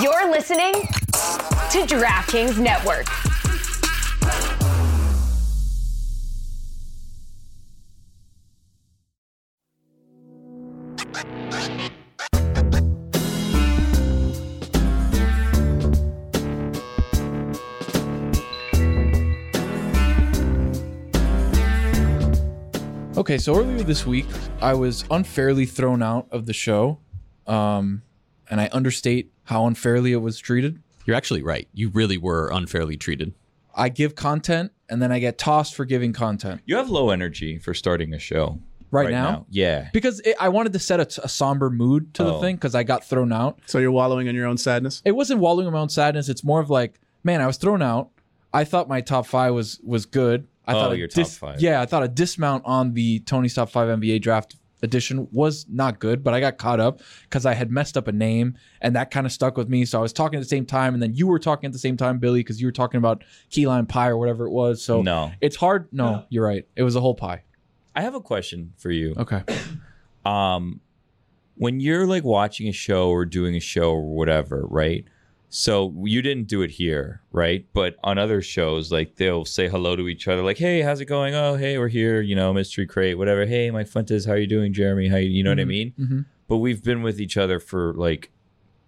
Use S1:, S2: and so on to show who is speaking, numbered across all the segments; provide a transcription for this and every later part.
S1: You're listening to DraftKings Network.
S2: Okay, so earlier this week, I was unfairly thrown out of the show, um, and I understate how unfairly it was treated.
S3: You're actually right. You really were unfairly treated.
S2: I give content, and then I get tossed for giving content
S4: You have low energy for starting a show
S2: right, now,
S4: Yeah.
S2: because it, I wanted to set a, a somber mood to the
S4: Oh.
S2: thing because I got thrown out.
S5: So you're wallowing in your own sadness.
S2: It wasn't wallowing in my own sadness. It's more of like, man, I was thrown out. I thought my top five was was good. I
S4: Oh,
S2: thought a
S4: your top
S2: dis-
S4: five.
S2: Yeah, I thought a dismount on the Tony's top five NBA draft edition was not good, but I got caught up because I had messed up a name and that kind of stuck with me. So I was talking at the same time, and then you were talking at the same time, Billy, because you were talking about key lime pie or whatever it was. So
S4: No.
S2: it's hard. No, you're right. It was a whole pie.
S4: I have a question for you.
S2: Okay.
S4: um when you're like watching a show or doing a show or whatever right so you didn't do it here right but on other shows like they'll say hello to each other like hey how's it going oh hey we're here you know mystery crate whatever hey mike fuentes how you doing jeremy how you, you know what i mean
S2: mhm.
S4: but we've been with each other for like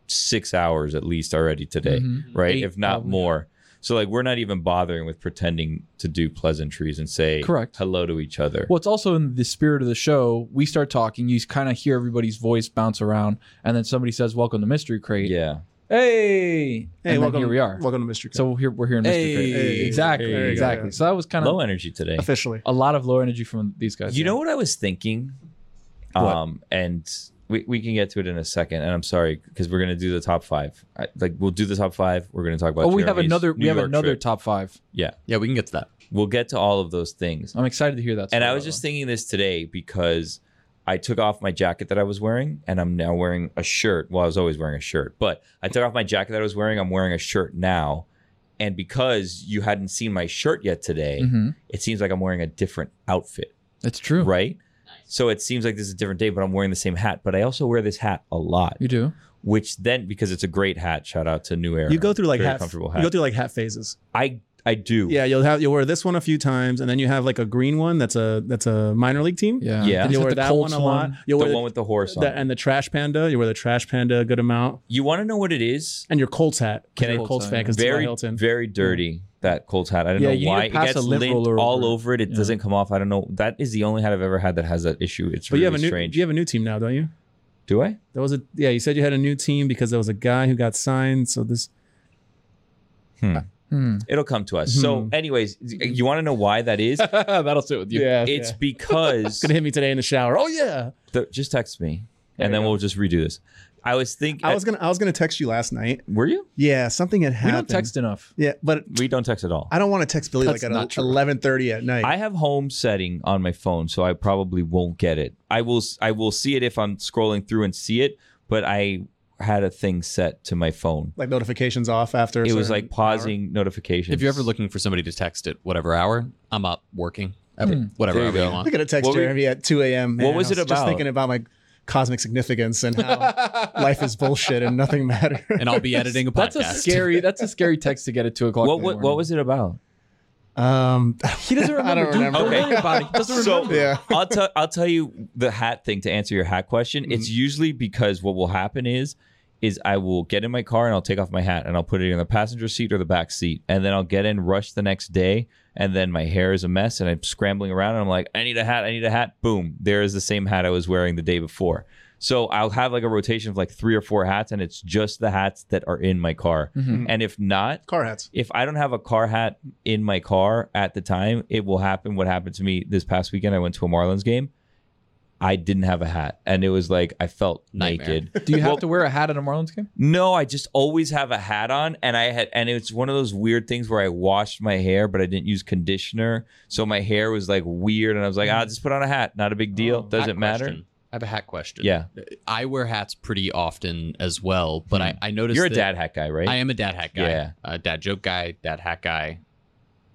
S4: six hours at least already today
S2: Mhm.
S4: right
S2: Eight,
S4: if not
S2: probably.
S4: more so like we're not even bothering with pretending to do pleasantries and say
S2: Correct.
S4: hello to each other
S2: Well, it's also in the spirit of the show. We start talking, you kind of hear everybody's voice bounce around, and then somebody says, "Welcome to Mystery Crate."
S4: yeah
S2: Hey, hey,
S5: Hey, welcome.
S2: here we are.
S5: Welcome to Mystery.
S2: So here we're here in Mystery
S3: Hey.
S2: Crate.
S5: Hey.
S2: Exactly,
S4: There you go.
S2: exactly. So that was kind
S4: low
S2: of
S4: energy today
S5: officially,
S2: a lot of low energy from these guys.
S4: You
S2: yeah.
S4: know what I was thinking?
S5: What?
S4: Um, and we, we can get to it in a second. And I'm sorry because we're gonna do the top five. I, like we'll do the top five. We're gonna talk about.
S2: Oh, we have
S4: Jeremy's
S2: another. We
S4: New
S2: have
S4: York
S2: another
S4: trip.
S2: top five.
S4: Yeah,
S3: Yeah, we can get to that.
S4: we'll get to all of those things.
S2: I'm excited to hear that.
S4: And
S2: story,
S4: I was
S2: by the
S4: just thinking this today because I took off my jacket that I was wearing, and I'm now wearing a shirt. Well, I was always wearing a shirt, but I took off my jacket that I was wearing. I'm wearing a shirt now, and because you hadn't seen my shirt yet today,
S2: way.
S5: Mm-hmm.
S2: Mhm.
S4: it seems like I'm wearing a different outfit
S2: It's true.
S4: right? So it seems like this is a different day, but I'm wearing the same hat. But I also wear this hat a lot,
S2: You do.
S4: which then because it's a great hat. Shout out to New Era.
S5: you go through like
S4: Very
S5: hat,
S4: comfortable
S5: You
S4: hat.
S5: go through like hat phases.
S4: I I do.
S5: Yeah, you'll have you'll wear this one a few times, and then you have like a green one that's a that's a minor league team.
S2: Yeah.
S4: Yeah.
S2: Is
S5: you'll
S2: it
S5: wear
S2: the
S5: that one
S2: Colts
S5: a lot. You'll
S4: the
S5: wear
S4: one with the horse on.
S5: the, and the trash panda. You wear the trash panda a good amount,
S4: you want to know what it is?
S5: and your Colts hat. 'cause
S4: Can I-
S5: you're a Colts fan? Because
S4: Very
S5: Hilton.
S4: very dirty. That Colts hat. I don't
S2: Yeah,
S4: know
S2: you need to
S4: why it
S2: pass
S4: gets
S2: a lint
S4: lint
S2: roller
S4: all
S2: over it.
S4: over it. It
S2: Yeah.
S4: doesn't come off. I don't know. That is the only hat I've ever had that has that issue. It's
S5: but
S4: really
S5: you have a new
S4: strange.
S5: you have a new team now, don't you?
S4: do I?
S5: There was a yeah. You said you had a new team because there was a guy who got signed. So this
S2: Hmm.
S4: It'll come to us.
S5: Hmm.
S4: So, anyways, you want to know why that is?
S2: That'll sit with you.
S4: it's because
S5: gonna hit me today in the shower. Oh yeah.
S4: the, just text me, and then we'll just redo this. I was thinking.
S5: I was gonna I was gonna text you last night.
S4: Were you?
S5: Yeah, something had
S2: We
S5: happened.
S2: don't text enough.
S5: Yeah, but
S4: We don't text at all.
S5: I don't want to text Billy
S2: That's
S5: like
S2: not
S5: at
S2: true.
S5: eleven thirty at night.
S4: I have home setting on my phone, so I probably won't get it. I will. I will see it if I'm scrolling through and see it. But I had a thing set to my phone.
S5: like notifications off after. a
S4: It was
S5: certain
S4: like pausing notifications.
S3: If you're ever looking for somebody to text at whatever hour, I'm up working. At Whatever
S4: There you
S3: hour you
S4: go.
S5: hour.
S3: want.
S5: Look at a text
S4: What were-
S5: Jeremy at two a.m. Man,
S4: What was
S5: I
S4: it
S5: Just
S4: about?
S5: thinking about my cosmic significance and how life is bullshit and nothing matters.
S3: And I'll be editing a podcast.
S2: That's a scary. That's a scary text to get at two o'clock.
S4: what
S2: in the
S4: what, what
S2: morning.
S4: was it about?
S5: um,
S2: He doesn't remember.
S5: I don't
S2: dude.
S5: remember.
S2: Don't
S4: Okay.
S2: worry about it. He doesn't
S4: So-
S2: remember.
S5: yeah.
S4: I'll tell I'll tell you the hat thing to answer your hat question. It's
S2: Mm-hmm.
S4: usually because what will happen is is I will get in my car and I'll take off my hat and I'll put it in the passenger seat or the back seat and then I'll get in rush the next day and then my hair is a mess and I'm scrambling around and I'm like I need a hat I need a hat boom there is the same hat I was wearing the day before so I'll have like a rotation of like three or four hats and it's just the hats that are in my car
S2: Mm-hmm.
S4: and if not
S5: Car hats.
S4: if I don't have a car hat in my car at the time, it will happen. What happened to me this past weekend? I went to a Marlins game. I didn't have a hat, and it was like I felt
S3: Nightmare.
S4: naked.
S2: Do you have to wear a hat at a Marlins game?
S4: No, I just always have a hat on, and I had, and it's one of those weird things where I washed my hair, but I didn't use conditioner, so my hair was like weird, and I was like, ah, just put on a hat, not a big deal,
S3: Mm-hmm. Oh, Hat
S4: doesn't matter.
S3: question. I have a hat question.
S4: Yeah.
S3: I wear hats pretty often as well, but I, I noticed
S4: Hmm. You're a
S3: that-
S4: dad hat guy, right?
S3: I am a dad hat guy.
S4: Yeah.
S3: A dad joke guy, dad hat guy.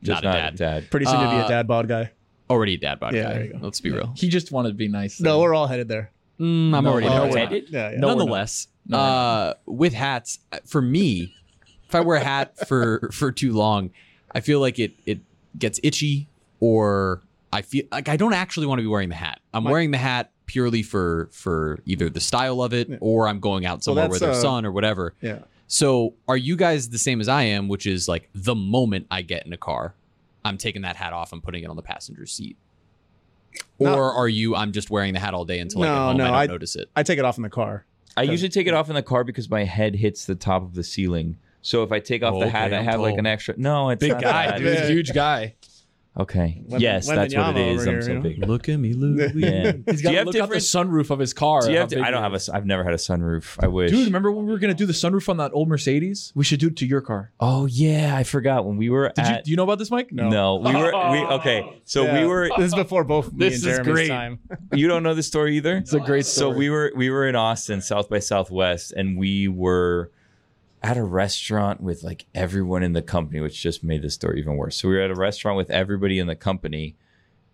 S4: just
S3: not, a dad.
S5: Pretty soon you'll be
S3: Uh,
S5: a dad bod guy.
S3: Already a dad bod
S5: Yeah,
S3: guy.
S5: there you go.
S3: Let's be real.
S2: He just wanted to be nice.
S5: No, we're all headed there.
S3: Mm, I'm
S2: No,
S3: already
S2: we're
S3: a
S2: not.
S3: dad bod.
S4: Headed?
S5: Yeah, yeah.
S2: No, we're not.
S3: Nonetheless,
S6: uh, with hats, for me, if I wear a hat for for too long, I feel like it it gets itchy, or I feel like I don't actually want to be wearing the hat. I'm wearing the hat purely for for either the style of it, or I'm going out somewhere
S5: that's,
S6: where there's
S5: uh,
S6: sun or whatever.
S5: Yeah.
S6: So are you guys the same as I am, which is like the moment I get in a car, I'm taking that hat off and putting it on the passenger seat? Or
S5: No.
S6: are you I'm just wearing the hat all day until I get
S5: No,
S6: home,
S5: no,
S6: I don't
S5: I-
S6: notice it.
S5: I take it off in the car.
S4: I usually take it off in the car because my head hits the top of the ceiling. So if I take off
S3: Oh,
S4: the hat,
S3: okay,
S4: I
S3: I'm
S4: have like
S3: tall.
S4: an extra. No, it's
S2: Big
S4: not
S2: guy,
S4: that.
S2: dude.
S5: Yeah.
S2: Huge guy.
S4: Okay.
S5: Lemon-
S4: yes, that's what it
S5: Lemonade
S4: is.
S5: over
S4: I'm so
S5: here, you
S4: big.
S6: Look at me, Lou.
S4: Yeah.
S2: He's
S4: Do
S2: got to
S4: you have
S2: look out the
S4: different-
S2: sunroof of his car.
S4: Do you
S2: how
S4: have to-
S2: big
S4: I don't
S2: it
S4: have a.
S2: is.
S4: s- I've never had a sunroof. I wish.
S2: Dude, remember when we were gonna do the sunroof on that old Mercedes? We should do it to your car.
S4: oh yeah, I forgot when we were
S2: Did you
S4: at.
S2: do you know about this, Mike?
S5: No.
S4: no, we were. We okay. So
S5: Yeah.
S4: we were.
S5: This is before both me
S2: This
S5: and
S2: is
S5: Jeremy's
S2: great.
S5: time.
S4: You don't know the story either.
S2: It's a great
S4: So
S2: story.
S4: we were we were in Austin, South by Southwest, and we were at a restaurant with like everyone in the company, which just made the story even worse. So we were at a restaurant with everybody in the company,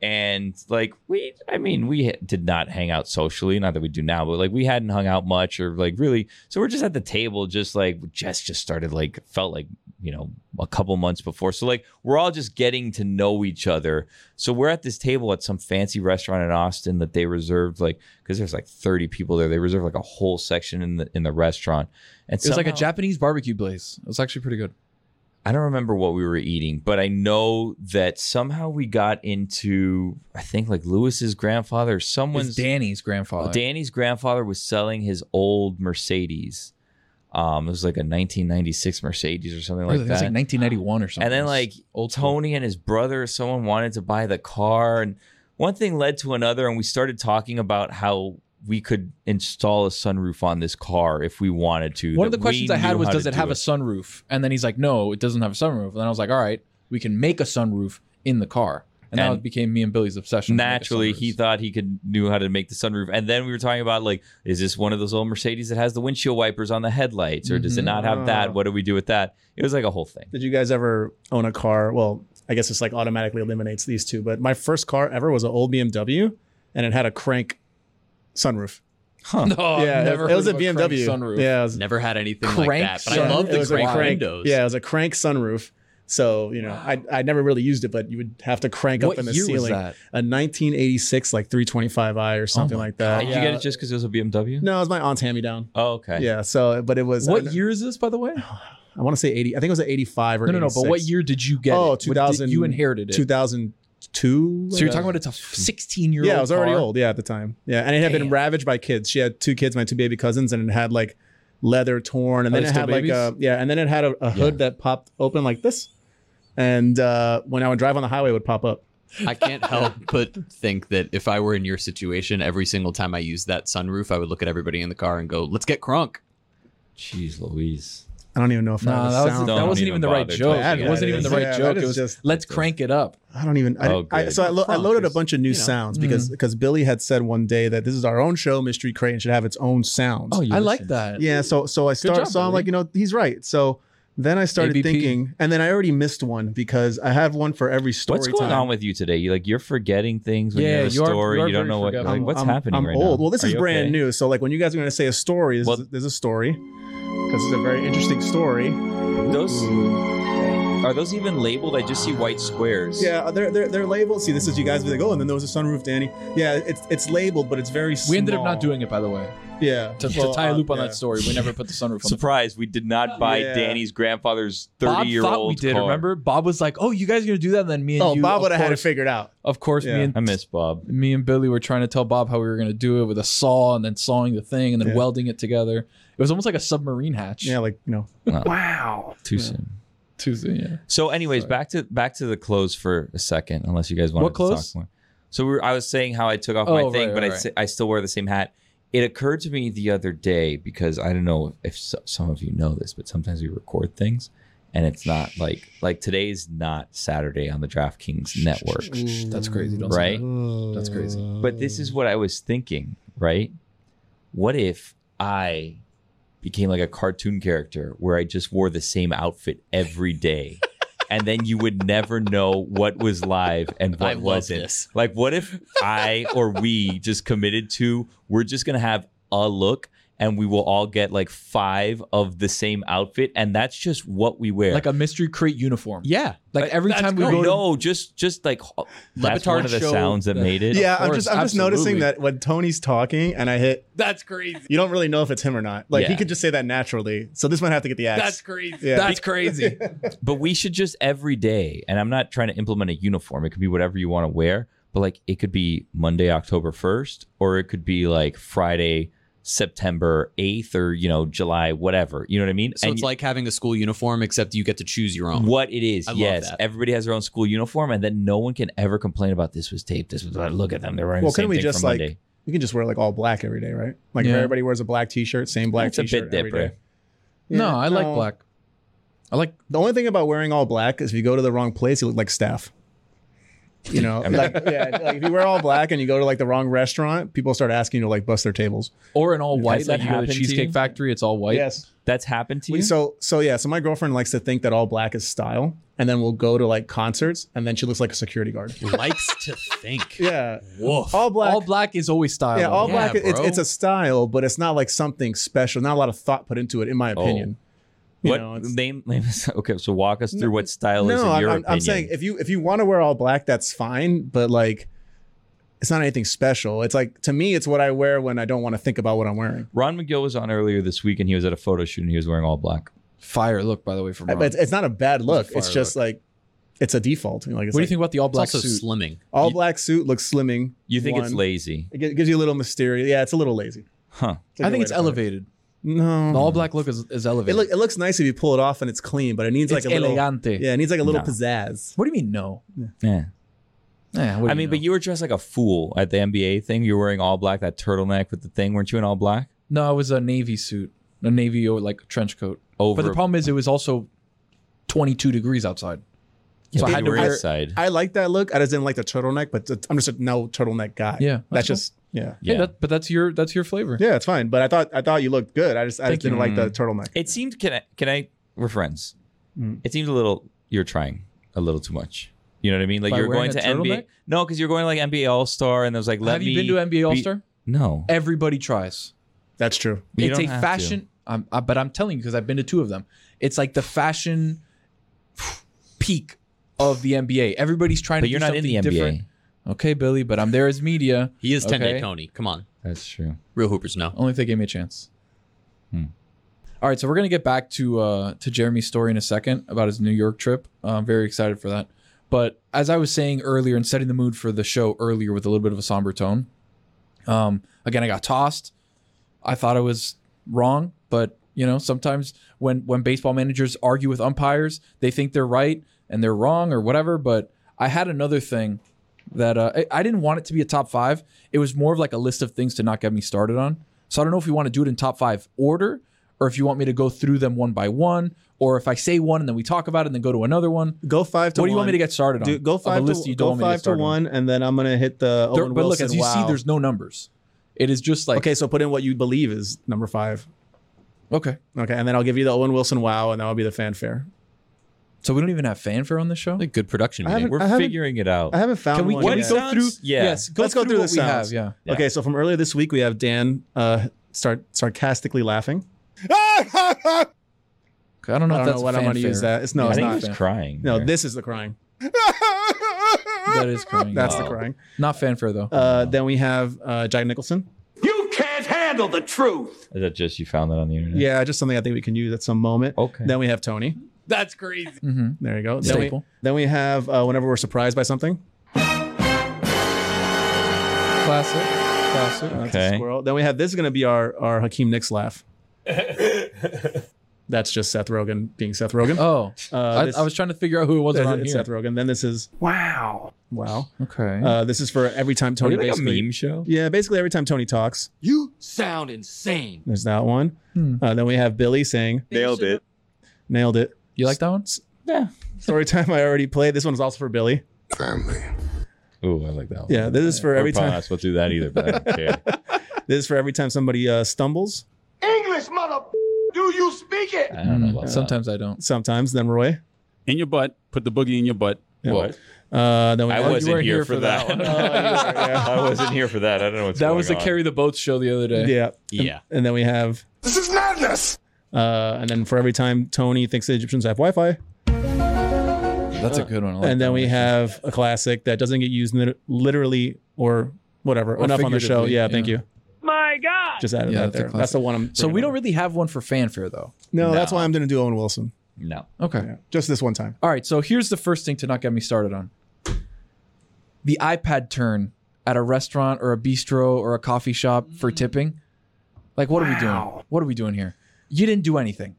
S4: and like we, I mean, we ha- did not hang out socially, not that we do now, but like we hadn't hung out much or like really. So we're just at the table, just like Jess just started like felt like you know a couple months before. So like we're all just getting to know each other. So we're at this table at some fancy restaurant in Austin that they reserved like because there's like 30 people there. They reserved like a whole section in the in the restaurant. And
S2: it was like a
S4: somehow-
S2: Japanese barbecue place. It was actually pretty good.
S4: I don't remember what we were eating, but I know that somehow we got into I think like Lewis's grandfather or someone's Oh,
S2: It's Danny's grandfather.
S4: Danny's grandfather was selling his old Mercedes. Um, it was like a 1996 Mercedes or something
S2: Really,
S4: like
S2: it was
S4: that.
S2: like 1991 or something.
S4: And then like old Tony and his brother, or someone wanted to buy the car, and one thing led to another, and we started talking about how we could install a sunroof on this car if we wanted to.
S2: one of
S4: that
S2: the questions
S4: we
S2: I had
S4: knew
S2: was,
S4: how
S2: does
S4: to
S2: it have
S4: do
S2: a sunroof? And then he's like, no, it doesn't have a sunroof. And then I was like, all right, we can make a sunroof in the car. And,
S4: And
S2: that became me and Billy's obsession. to make a
S4: Naturally, he
S2: sunroof.
S4: thought he could knew how to make the sunroof, and then we were talking about like, is this one of those old Mercedes that has the windshield wipers on the headlights, or does it
S2: Mhm.
S4: not have
S5: Ah.
S4: that? What do we do with that? It was like a whole thing.
S5: Did you guys ever own a car? Well, I guess it's like automatically eliminates these two, but my first car ever was an old BMW and it had a crank sunroof.
S2: No, Oh, I've
S5: yeah,
S2: never
S5: it, it was a
S2: heard of crank
S5: BMW.
S2: sunroof.
S5: Yeah, it was,
S6: Never had anything like
S2: Crank
S6: that. But
S2: sun-
S6: I love
S5: it
S6: the
S5: was a
S6: crank, windows.
S5: Yeah, it was a crank sunroof. So, you know, I I never really used it, but you would have to crank
S2: What
S5: up in the
S2: year was
S5: ceiling.
S2: that? Oh
S5: A 1986 like 325i or something like that.
S4: Did you get it just because it was a BMW?
S5: No, it was my aunt's hand me down.
S4: Oh, okay.
S5: Yeah, so but it was
S2: What
S5: I,
S2: year is this, by the way?
S5: I want to say 80. I think it was an 85 or
S2: No, no, no.
S5: 86.
S2: But what year did you get? it?
S5: Oh,
S2: What did-
S5: 2000
S2: You inherited it.
S5: 2002.
S2: So you're talking about it's a 16 year old.
S5: Yeah, I was already old. Yeah, at the time. Yeah, and it had been ravaged by kids. She had two kids, my two baby cousins, and it had like leather torn, and
S2: Are
S5: then
S2: they
S5: it
S2: still
S5: had
S2: babies?
S5: like a yeah, and then it had a, a hood that popped open like this, and uh, when I would drive on the highway, it would pop up.
S6: I can't help but think that if I were in your situation, every single time I used that sunroof, I would look at everybody in the car and go, "Let's get crunk."
S4: Jeez, Louise.
S5: I don't even know if I
S2: No,
S5: would
S2: that, was,
S5: sound-
S4: Don't
S2: that wasn't
S4: even
S2: even the right
S4: bother
S2: joke.
S4: typing
S2: It
S4: it.
S2: wasn't even the right
S5: Yeah, that
S2: joke.
S5: is
S2: It was
S5: just-
S2: let's crank it up.
S5: I don't even. I,
S4: Oh,
S5: I,
S4: good.
S5: so I, lo- I
S4: Crunk
S5: loaded a
S4: is,
S5: bunch of new sounds
S2: Mm.
S5: because because Billy had said one day that this is our own show, Mystery Crate, and should have its own sounds.
S2: I like that.
S5: Yeah, so so I started.
S2: job,
S5: so I'm
S2: Billy.
S5: like, you know, he's right. So then I started
S2: ABP.
S5: thinking, and then I already missed one because I have one for every story.
S4: What's going
S5: time.
S4: on with you today? You like you're forgetting things when
S2: Yeah,
S4: you have a
S2: you are-
S4: story.
S2: you
S4: You,
S2: are
S4: don't
S2: very
S4: know what
S2: forgetful.
S4: like, what's
S5: I'm,
S4: happening
S5: I'm
S4: right
S5: old.
S4: now.
S5: Well, this
S4: Are
S5: is
S4: you
S5: brand
S4: okay?
S5: new. So like when you guys are going to say a story, this,
S4: Well-
S5: there's a story because it's a very interesting story.
S4: Those are those even labeled? I just see white squares.
S5: Yeah, uh, they're they're, they're labeled. See, this is you guys be like, oh, and then there was a sunroof, Danny. Yeah, it's it's labeled, but it's very. Small.
S2: We ended up not doing it, by the way.
S5: Yeah,
S2: To, to
S5: Well,
S2: tie a
S5: uh,
S2: loop on
S5: yeah.
S2: that story, we never put the sunroof on. the
S4: Surprise! We did not buy
S5: Yeah.
S4: Danny's grandfather's
S2: Bob thought
S4: thirty-year-old.
S2: we did.
S4: car.
S2: Remember, Bob was like, "Oh, you guys are gonna do that?" And then me and
S5: Oh,
S2: you,
S5: Bob
S2: of
S5: would have had it
S2: course-
S5: figured out.
S2: Of course,
S5: Yeah.
S2: me and
S4: I miss Bob.
S2: me and Billy were trying to tell Bob how we were gonna do it with a saw and then sawing the thing and then
S5: Yeah.
S2: welding it together. It was almost like a submarine hatch.
S5: Yeah, like you know,
S4: Too soon.
S2: Too soon, yeah.
S4: So, anyways, back to back to the clothes for a second, unless you guys want
S2: What
S4: to
S2: clothes?
S4: talk more. So we were, I was saying how I took off
S2: Oh,
S4: my
S2: right,
S4: thing, but
S2: right,
S4: I,
S2: right.
S4: s- I still wear the same hat. It occurred to me the other day because I don't know if s some of you know this, but sometimes we record things, and it's not like like today's not Saturday on the DraftKings network,
S2: That's crazy. Don't say
S4: right?
S2: that. That's crazy.
S4: But this is what I was thinking, right? What if I became like a cartoon character where I just wore the same outfit every day? And then you would never know what was live and
S6: I
S4: what
S6: love
S4: wasn't.
S6: this.
S4: Like, what if I or we just committed to we're just gonna have a look and we will all get like five of the same outfit, and that's just what we wear.
S2: like a mystery crate uniform.
S6: Yeah.
S2: Like every
S4: That's
S2: time we
S4: great.
S2: go, to,
S4: no, just just like ho- that's
S2: Levitard
S4: one of the
S2: show-
S4: sounds that made it.
S5: yeah, I'm
S2: course,
S5: just I'm just
S2: absolutely.
S5: noticing that when Tony's talking and I hit,
S6: That's crazy.
S5: you don't really know if it's him or not. Like he
S4: Yeah.
S5: could just say that naturally. So this might have to get the axe.
S6: crazy.
S5: Yeah.
S2: that's crazy.
S4: But we should just every day, and I'm not trying to implement a uniform. It could be whatever you want to wear, but like it could be Monday, October 1st, or it could be like Friday, September 8th, or you know, July, whatever. You know what I mean?
S6: So
S4: And
S6: it's
S4: you-
S6: like having a school uniform, except you get to choose your own.
S4: what it is.
S6: I love
S4: yes,
S6: that.
S4: everybody has their own school uniform, and then no one can ever complain about this was taped. This was uh, look at them. They're wearing.
S5: Well,
S4: the same
S5: couldn't we
S4: thing
S5: just,
S4: for
S5: like,
S4: Monday.
S5: You can just wear like all black every day, right? Like
S2: Yeah.
S5: everybody wears a black T-shirt, same black
S4: It's a
S5: T-shirt
S4: bit
S5: every
S4: different.
S5: day.
S2: no,
S5: Yeah,
S2: I like black. I like
S5: The only thing about wearing all black is if you go to the wrong place, you look like staff. You know, like yeah, like if you wear all black and you go to like the wrong restaurant, people start asking you to like bust their tables.
S2: or an all white. Like
S4: that
S2: you go to
S4: happened to
S2: Cheesecake
S4: you?
S2: Factory, it's all white.
S4: That's happened to
S5: We-
S4: you.
S5: So so yeah, so my girlfriend likes to think that all black is style, and then we'll go to like concerts, and then she looks like a security guard.
S6: Likes to think.
S5: Yeah,
S6: Woof.
S5: all black.
S2: all black is always style.
S5: yeah, all
S6: Yeah,
S5: black. It's,
S6: bro.
S5: it's a style, but it's not like something special. Not a lot of thought put into it, in
S4: Oh,
S5: my opinion. You
S4: what
S5: know, it's-
S4: name, name is- Okay, so walk us through
S5: No,
S4: what style is in
S5: no, I'm,
S4: your
S5: I'm-
S4: opinion.
S5: I'm saying if you if you want to wear all black, that's fine, but like. It's not anything special. It's like to me, it's what I wear when I don't want to think about what I'm wearing.
S4: Ron McGill was on earlier this week, and he was at a photo shoot, and he was wearing all black.
S2: Fire look, by the way, from
S5: I-
S2: Ron.
S5: but it's, it's not a bad look.
S2: fire
S5: it's just like it's a default. I mean, Like,
S2: What
S5: it's
S2: do you
S5: like,
S2: think about the all
S6: It's
S2: black
S6: also
S2: suit?
S6: slimming.
S5: All black suit looks slimming.
S4: You think it's
S5: one.
S4: lazy?
S5: It gi- gives you a little mysterious. Yeah, it's a little lazy.
S4: Huh?
S2: I think it's elevated.
S5: No,
S2: The all black look is, is
S5: It,
S2: elevated.
S5: look, it looks nice if you pull it off and it's clean, but it needs
S2: it's
S5: like a little.
S2: elegante.
S5: Yeah, it needs like a little
S4: No.
S5: pizzazz.
S2: What do you mean no?
S4: Yeah.
S2: Yeah,
S4: I mean, but you were dressed like a fool at the NBA thing. You were wearing all black, that turtleneck with the thing. Weren't you in all black?
S2: no, it was a navy suit, a navy or like trench coat.
S4: Over.
S2: But the problem is, it was also 22 degrees outside.
S4: Yeah,
S2: so I
S4: but
S2: had
S4: you
S2: to
S4: were
S2: wear-
S4: inside.
S5: I like that look. I just didn't like the turtleneck, but it's- I'm just a no turtleneck guy.
S2: Yeah, that's
S5: that's,
S2: cool.
S5: just yeah,
S2: Yeah,
S4: Yeah.
S2: that, but that's your that's your flavor.
S5: yeah, it's fine. But I thought I thought you looked good. I just I
S2: Thank
S5: just didn't
S2: you. Mm.
S5: like the turtleneck.
S4: It seemed. Can I? Can I? We're friends.
S5: Mm.
S4: It seemed a little. You're trying a little too much. You know what I mean? Like
S2: By
S4: you're
S2: wearing
S4: going
S2: a
S4: to NBA.
S2: turtleneck?
S4: No, because you're going to like NBA All Star, and there's like, let
S2: Have
S4: me.
S2: you been to NBA All Star?
S4: Be, no.
S2: Everybody tries.
S5: That's true.
S4: You
S2: it's
S4: don't
S2: a
S4: have to.
S2: fashion. I'm, I, but I'm telling you because I've been to two of them. It's like the fashion peak of the NBA. Everybody's trying to.
S4: But
S2: do
S4: you're not in the
S2: something
S4: NBA.
S2: Different. Okay, Billy, but I'm there as media.
S6: He is 10
S2: Okay.
S6: day Tony. Come on.
S4: That's true.
S6: Real Hoopers know.
S2: Only if they gave me a chance.
S4: Hmm.
S2: All right, so we're gonna get back to uh, to Jeremy's story in a second about his New York trip. Uh, I'm very excited for that. But as I was saying earlier and setting the mood for the show earlier with a little bit of a somber tone, um, again I got tossed. I thought I was wrong, but you know sometimes when when baseball managers argue with umpires, they think they're right and they're wrong or whatever. But I had another thing that uh, I, I didn't want it to be a top five. It was more of like a list of things to not get me started on. So I don't know if you want to do it in top five order or if you want me to go through them one by one or if I say one and then we talk about it and then go to another one.
S5: Go five to
S2: what do you
S5: one.
S2: want me to get started on?
S5: Do, go
S2: Of a
S5: five
S2: list
S5: to
S2: you don't
S5: go
S2: want me to get
S5: five to
S2: started on.
S5: one, and then I'm gonna hit the
S2: There-
S5: Owen
S2: but look,
S5: Wilson.
S2: as you
S5: wow.
S2: see, there's no numbers. It is just like
S5: okay. So put in what you believe is number five.
S2: okay.
S5: Okay, and then I'll give you the Owen Wilson wow, and that'll be the fanfare.
S2: So we don't even have fanfare on this show.
S6: What a good production
S5: I
S6: meeting.
S5: haven't-
S4: We're figuring it out.
S5: I haven't found
S2: Can we,
S5: one.
S2: can we
S5: yet.
S2: go
S4: Sounds-
S2: through?
S4: yeah.
S2: Yes, go
S5: Let's go through the
S2: what we have.
S5: sounds.
S2: Yeah.
S4: Yeah.
S5: Okay, so from earlier this week, we have Dan uh, start sarcastically laughing.
S2: I don't know.
S5: I
S2: if
S5: don't
S2: that's
S5: know what I'm going to
S2: fanfare.
S5: use that. It's no,
S2: Yeah,
S4: I
S5: it's
S4: think he
S5: not.
S4: was crying.
S5: No,
S4: there.
S5: this is the crying.
S2: That is crying.
S5: That's
S2: Wow.
S5: the crying.
S2: Not fanfare though.
S5: Uh, then we have uh, Jack Nicholson.
S4: Is that just you found that on the internet?
S5: Yeah, just something I think we can use at some moment.
S2: Oh,
S4: Okay.
S5: Then we have Tony.
S6: That's crazy.
S2: Mhm.
S5: There you go. Then we,
S2: Staple.
S5: then we have uh, whenever we're surprised by something.
S2: Classic. Classic.
S5: That's a
S4: Okay.
S5: squirrel. Then we have this is going to be our our Hakeem Nicks laugh. That's just Seth Rogen being Seth Rogen.
S2: Oh, I,
S5: Uh, this-
S2: I was trying to figure out who it was
S5: It's-
S2: on
S5: it's
S2: here.
S5: Seth Rogen. Then this is wow, wow.
S2: Okay.
S5: Uh, this is for every time
S4: Are
S5: Tony
S4: you like a
S5: basically
S4: meme show?
S5: Yeah, basically every time Tony talks,
S7: You sound insane.
S5: there's that one.
S4: Hmm.
S5: Uh, then we have Billy saying,
S8: Nailed it.
S5: "Nailed it."
S2: you like that one?
S5: Story time I already played. This one is also for Billy.
S4: Ooh, I like that one.
S5: Yeah, this is for every
S4: We're probably
S5: time.
S4: not supposed to do that either, but I don't care.
S5: This is for every time somebody uh, stumbles.
S7: English, mother. Do you speak it?
S4: Mm. I don't know about that.
S2: Sometimes I don't.
S5: Sometimes then Roy.
S8: In your butt. Put the boogie in your butt.
S5: Yeah.
S4: What?
S5: Uh, then we Oh,
S4: I
S5: had-
S4: wasn't
S2: weren't
S4: here,
S2: here
S4: for,
S2: for
S4: that.
S2: that one.
S4: I wasn't here for that. I don't know what's
S2: That
S4: going
S2: was the
S4: on.
S2: carry the boats show the other day.
S5: Yeah.
S6: Yeah.
S5: And then we have
S7: This is madness.
S5: uh, and then for every time Tony thinks the Egyptians have Wi-Fi,
S2: That's a good one. I like
S5: and
S2: that
S5: then we
S2: one.
S5: have a classic that doesn't get used lit- literally or whatever
S2: Or
S5: enough on the show.
S2: figuratively,
S5: Yeah, thank
S2: yeah.
S5: you. My God, just added
S2: Yeah,
S5: that
S2: that's a
S5: there. That's
S2: classic.
S5: the one. I'm
S2: So we don't really have one for fanfare though.
S5: No, that's why I'm going to do Owen Wilson.
S4: No.
S2: Okay.
S5: Yeah, just this one time.
S2: All right. So here's the first thing to not get me started on. The iPad turn at a restaurant or a bistro or a coffee shop for tipping. Like what are we doing? What are we doing here? You didn't do anything.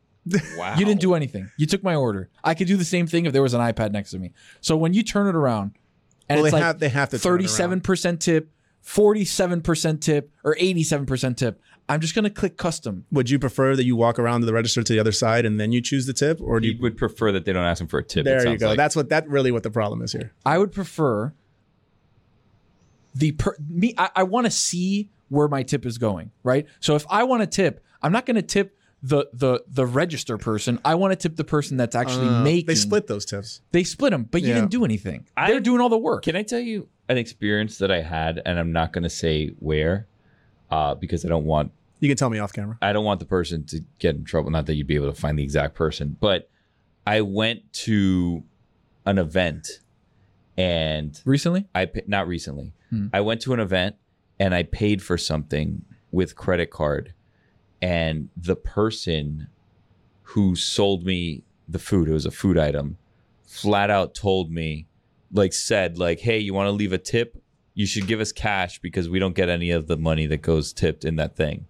S4: Wow.
S2: You didn't do anything. You took my order. I could do the same thing if there was an iPad next to me. So when you turn it around, and
S5: Well,
S2: it's
S5: they
S2: like
S5: have- they have to turn it around.
S2: thirty-seven percent tip, forty-seven percent tip, or eighty-seven percent tip, I'm just gonna click custom.
S5: Would you prefer that you walk around to the register to the other side and then you choose the tip, or do
S4: You
S5: you?
S4: would prefer that they don't ask him for a tip. it
S5: There you
S4: sounds
S5: go.
S4: like.
S5: That's what that really what the problem is here.
S2: I would prefer the per me. I, I want to see where my tip is going, right? So if I want to tip, I'm not going to tip the the the register person. I want to tip the person that's actually
S5: Uh,
S2: making.
S5: they split those tips.
S2: They split them, but you
S5: Yeah.
S2: didn't do anything.
S4: I-
S2: They're doing all the work.
S4: Can I tell you an experience that I had, and I'm not going to say where, uh, because I don't want
S5: You can tell me off camera.
S4: I don't want the person to get in trouble. Not that you'd be able to find the exact person, but I went to an event, and
S2: Recently,
S4: I pa- not recently.
S2: Hmm.
S4: I went to an event and I paid for something with credit card, and the person who sold me the food, it was a food item, flat out told me, like said, like, hey, you want to leave a tip? You should give us cash because we don't get any of the money that goes tipped in that thing.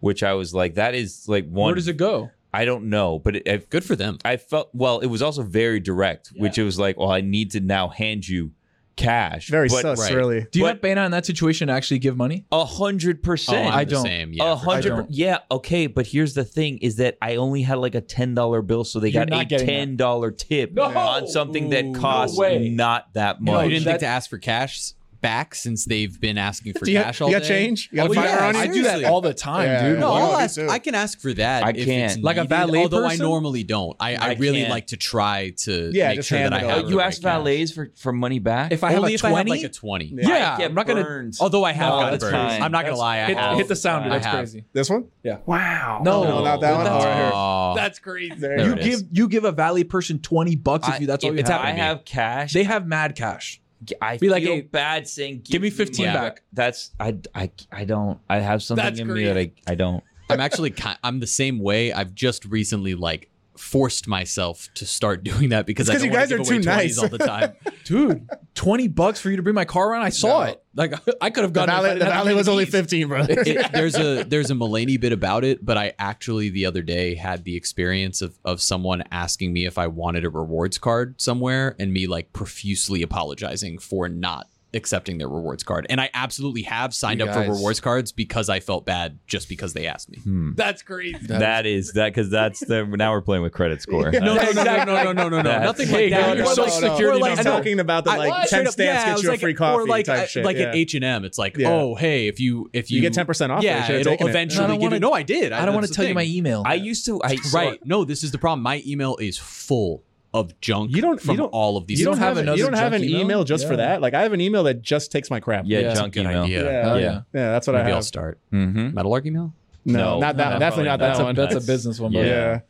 S4: Which I was like, that is like one.
S2: where does it go?
S4: I don't know, but it, I
S6: Good for them.
S4: I felt well. It was also very direct, which it was like, well, I need to now hand you cash.
S5: Very
S4: but
S5: sus,
S6: right.
S5: really.
S2: Do you
S4: But-
S2: not ban in that situation to actually give money?
S4: A hundred
S6: Oh, I'm
S4: percent.
S2: I
S6: the
S2: don't.
S6: Same. Yeah.
S4: A
S6: for sure.
S4: hundred. per-
S2: don't.
S4: Yeah. Okay. But here's the thing: is that I only had like a ten dollar bill, so they
S2: You're
S4: got
S2: not
S4: a
S2: getting that.
S4: ten dollar tip
S2: No!
S4: on something
S2: Ooh,
S4: that
S2: no
S4: costs
S2: way.
S4: not that
S2: No,
S4: much.
S6: You didn't
S2: That-
S6: think to ask for cash back since they've been asking for
S5: Do you,
S6: cash
S5: you
S6: all
S5: got
S6: day.
S5: change? You got
S6: Oh,
S5: a fiver
S6: yeah,
S5: on you?
S2: I do that
S6: seriously.
S2: all the time,
S5: Yeah,
S2: dude.
S6: No,
S5: Why
S6: I'll
S5: would I
S6: ask,
S5: do it?
S6: I can ask for that.
S4: I
S6: if
S4: can't.
S6: it's
S2: Like a
S6: needed,
S2: valet
S6: Although I
S2: person?
S6: normally don't. I, I,
S4: I
S6: really
S4: can't.
S6: like to try to
S5: Yeah,
S6: make
S5: just
S6: sure that
S5: hand
S6: I
S5: it
S6: have.
S5: over.
S6: the
S4: you
S6: right
S4: asked
S6: cash.
S4: valets for, for money back.
S2: If I have
S6: Only
S2: a
S6: if I have like
S2: twenty, Oh,
S6: a twenty.
S5: Yeah.
S2: yeah,
S4: I get
S2: I'm not gonna.
S4: burned.
S2: Although I have
S6: No,
S2: gotten
S6: that's
S2: burned.
S6: fine. I'm not gonna lie, I
S2: Hit,
S6: have.
S2: hit the sounder.
S6: I
S2: That's
S6: have.
S2: crazy.
S5: This one?
S2: No,
S5: No, not that one.
S2: that's-
S5: All right, here.
S6: Oh.
S2: That's crazy.
S5: There
S2: You
S5: it
S6: is.
S2: give you give a valley person twenty bucks
S4: I-
S2: if you. That's all
S6: if
S2: you
S6: it's
S2: have.
S4: I have cash.
S2: They have mad cash.
S4: I
S2: Be
S4: feel
S2: like,
S4: like,
S2: "Hey,
S4: bad saying,
S2: give me 15
S4: money
S2: back."
S4: That's I, I I don't. I have something
S2: That's
S4: in
S2: great.
S4: me that I I don't.
S6: I'm actually ki I'm the same way. I've just recently like forced myself to start doing that because I
S5: It's 'cause
S6: don't
S5: you
S6: wanna
S5: guys
S6: give
S5: are
S6: away
S5: too nice.
S6: 20s all the time.
S2: Dude, twenty bucks for you to bring my car around. I saw
S5: No.
S2: it. Like I could have gone.
S5: The valet, the valet was only 15, bro.
S6: It- there's a there's a Mulaney bit about it, but I actually the other day had the experience of of someone asking me if I wanted a rewards card somewhere, and me like profusely apologizing for not accepting their rewards card. And I absolutely have signed
S2: You
S6: up
S2: guys-
S6: for rewards cards because I felt bad just because they asked me.
S2: That's crazy.
S4: that is that because that's the now we're playing with credit score. Uh,
S6: No, no, no, no, no, no, no, no, no,
S4: That's-
S6: nothing
S2: Hey,
S6: like that.
S2: no,
S6: Or
S2: no,
S6: like-
S2: no, no. security
S6: or like-
S5: He's
S6: no,
S5: talking about the
S6: I-
S5: like
S6: what? Straight
S5: ten
S6: up,
S5: stamps
S6: yeah, I
S5: get
S6: was
S5: you a
S6: like-
S5: free coffee
S6: or like,
S5: type
S6: I-
S5: shit.
S6: Like
S5: yeah.
S6: at H and M, it's like,
S5: Yeah.
S6: oh hey, if you if
S5: You
S6: you,
S5: get 10% off, they
S6: yeah,
S5: should've
S6: it'll
S5: taken it.
S6: eventually
S2: No, I don't
S6: give you-
S2: wanna-
S6: No, I did.
S2: I don't want to
S6: that's the
S2: tell you
S6: thing.
S2: my email.
S4: I used to. I so-
S6: Right? No, this is the problem. My email is full of junk.
S5: You don't-
S6: from
S5: you don't-
S6: all of these.
S5: you don't
S6: sources.
S5: have
S2: another
S5: an, you don't have an
S2: junk
S5: email,
S2: email?
S5: just for
S2: Yeah.
S5: that. Like I have an email that just takes my crap.
S4: Yeah,
S2: Yeah,
S4: junk
S6: Good
S4: email.
S6: idea.
S5: yeah,
S2: Oh,
S5: yeah.
S2: yeah.
S5: Yeah, that's what I
S6: Maybe I'll
S5: have.
S6: start
S4: Mm-hmm.
S6: Metalark email.
S5: No,
S4: No,
S5: not that.
S4: no,
S5: definitely
S4: probably
S5: not that
S2: that's a
S5: one.
S2: that's a business one. by the way.
S5: yeah.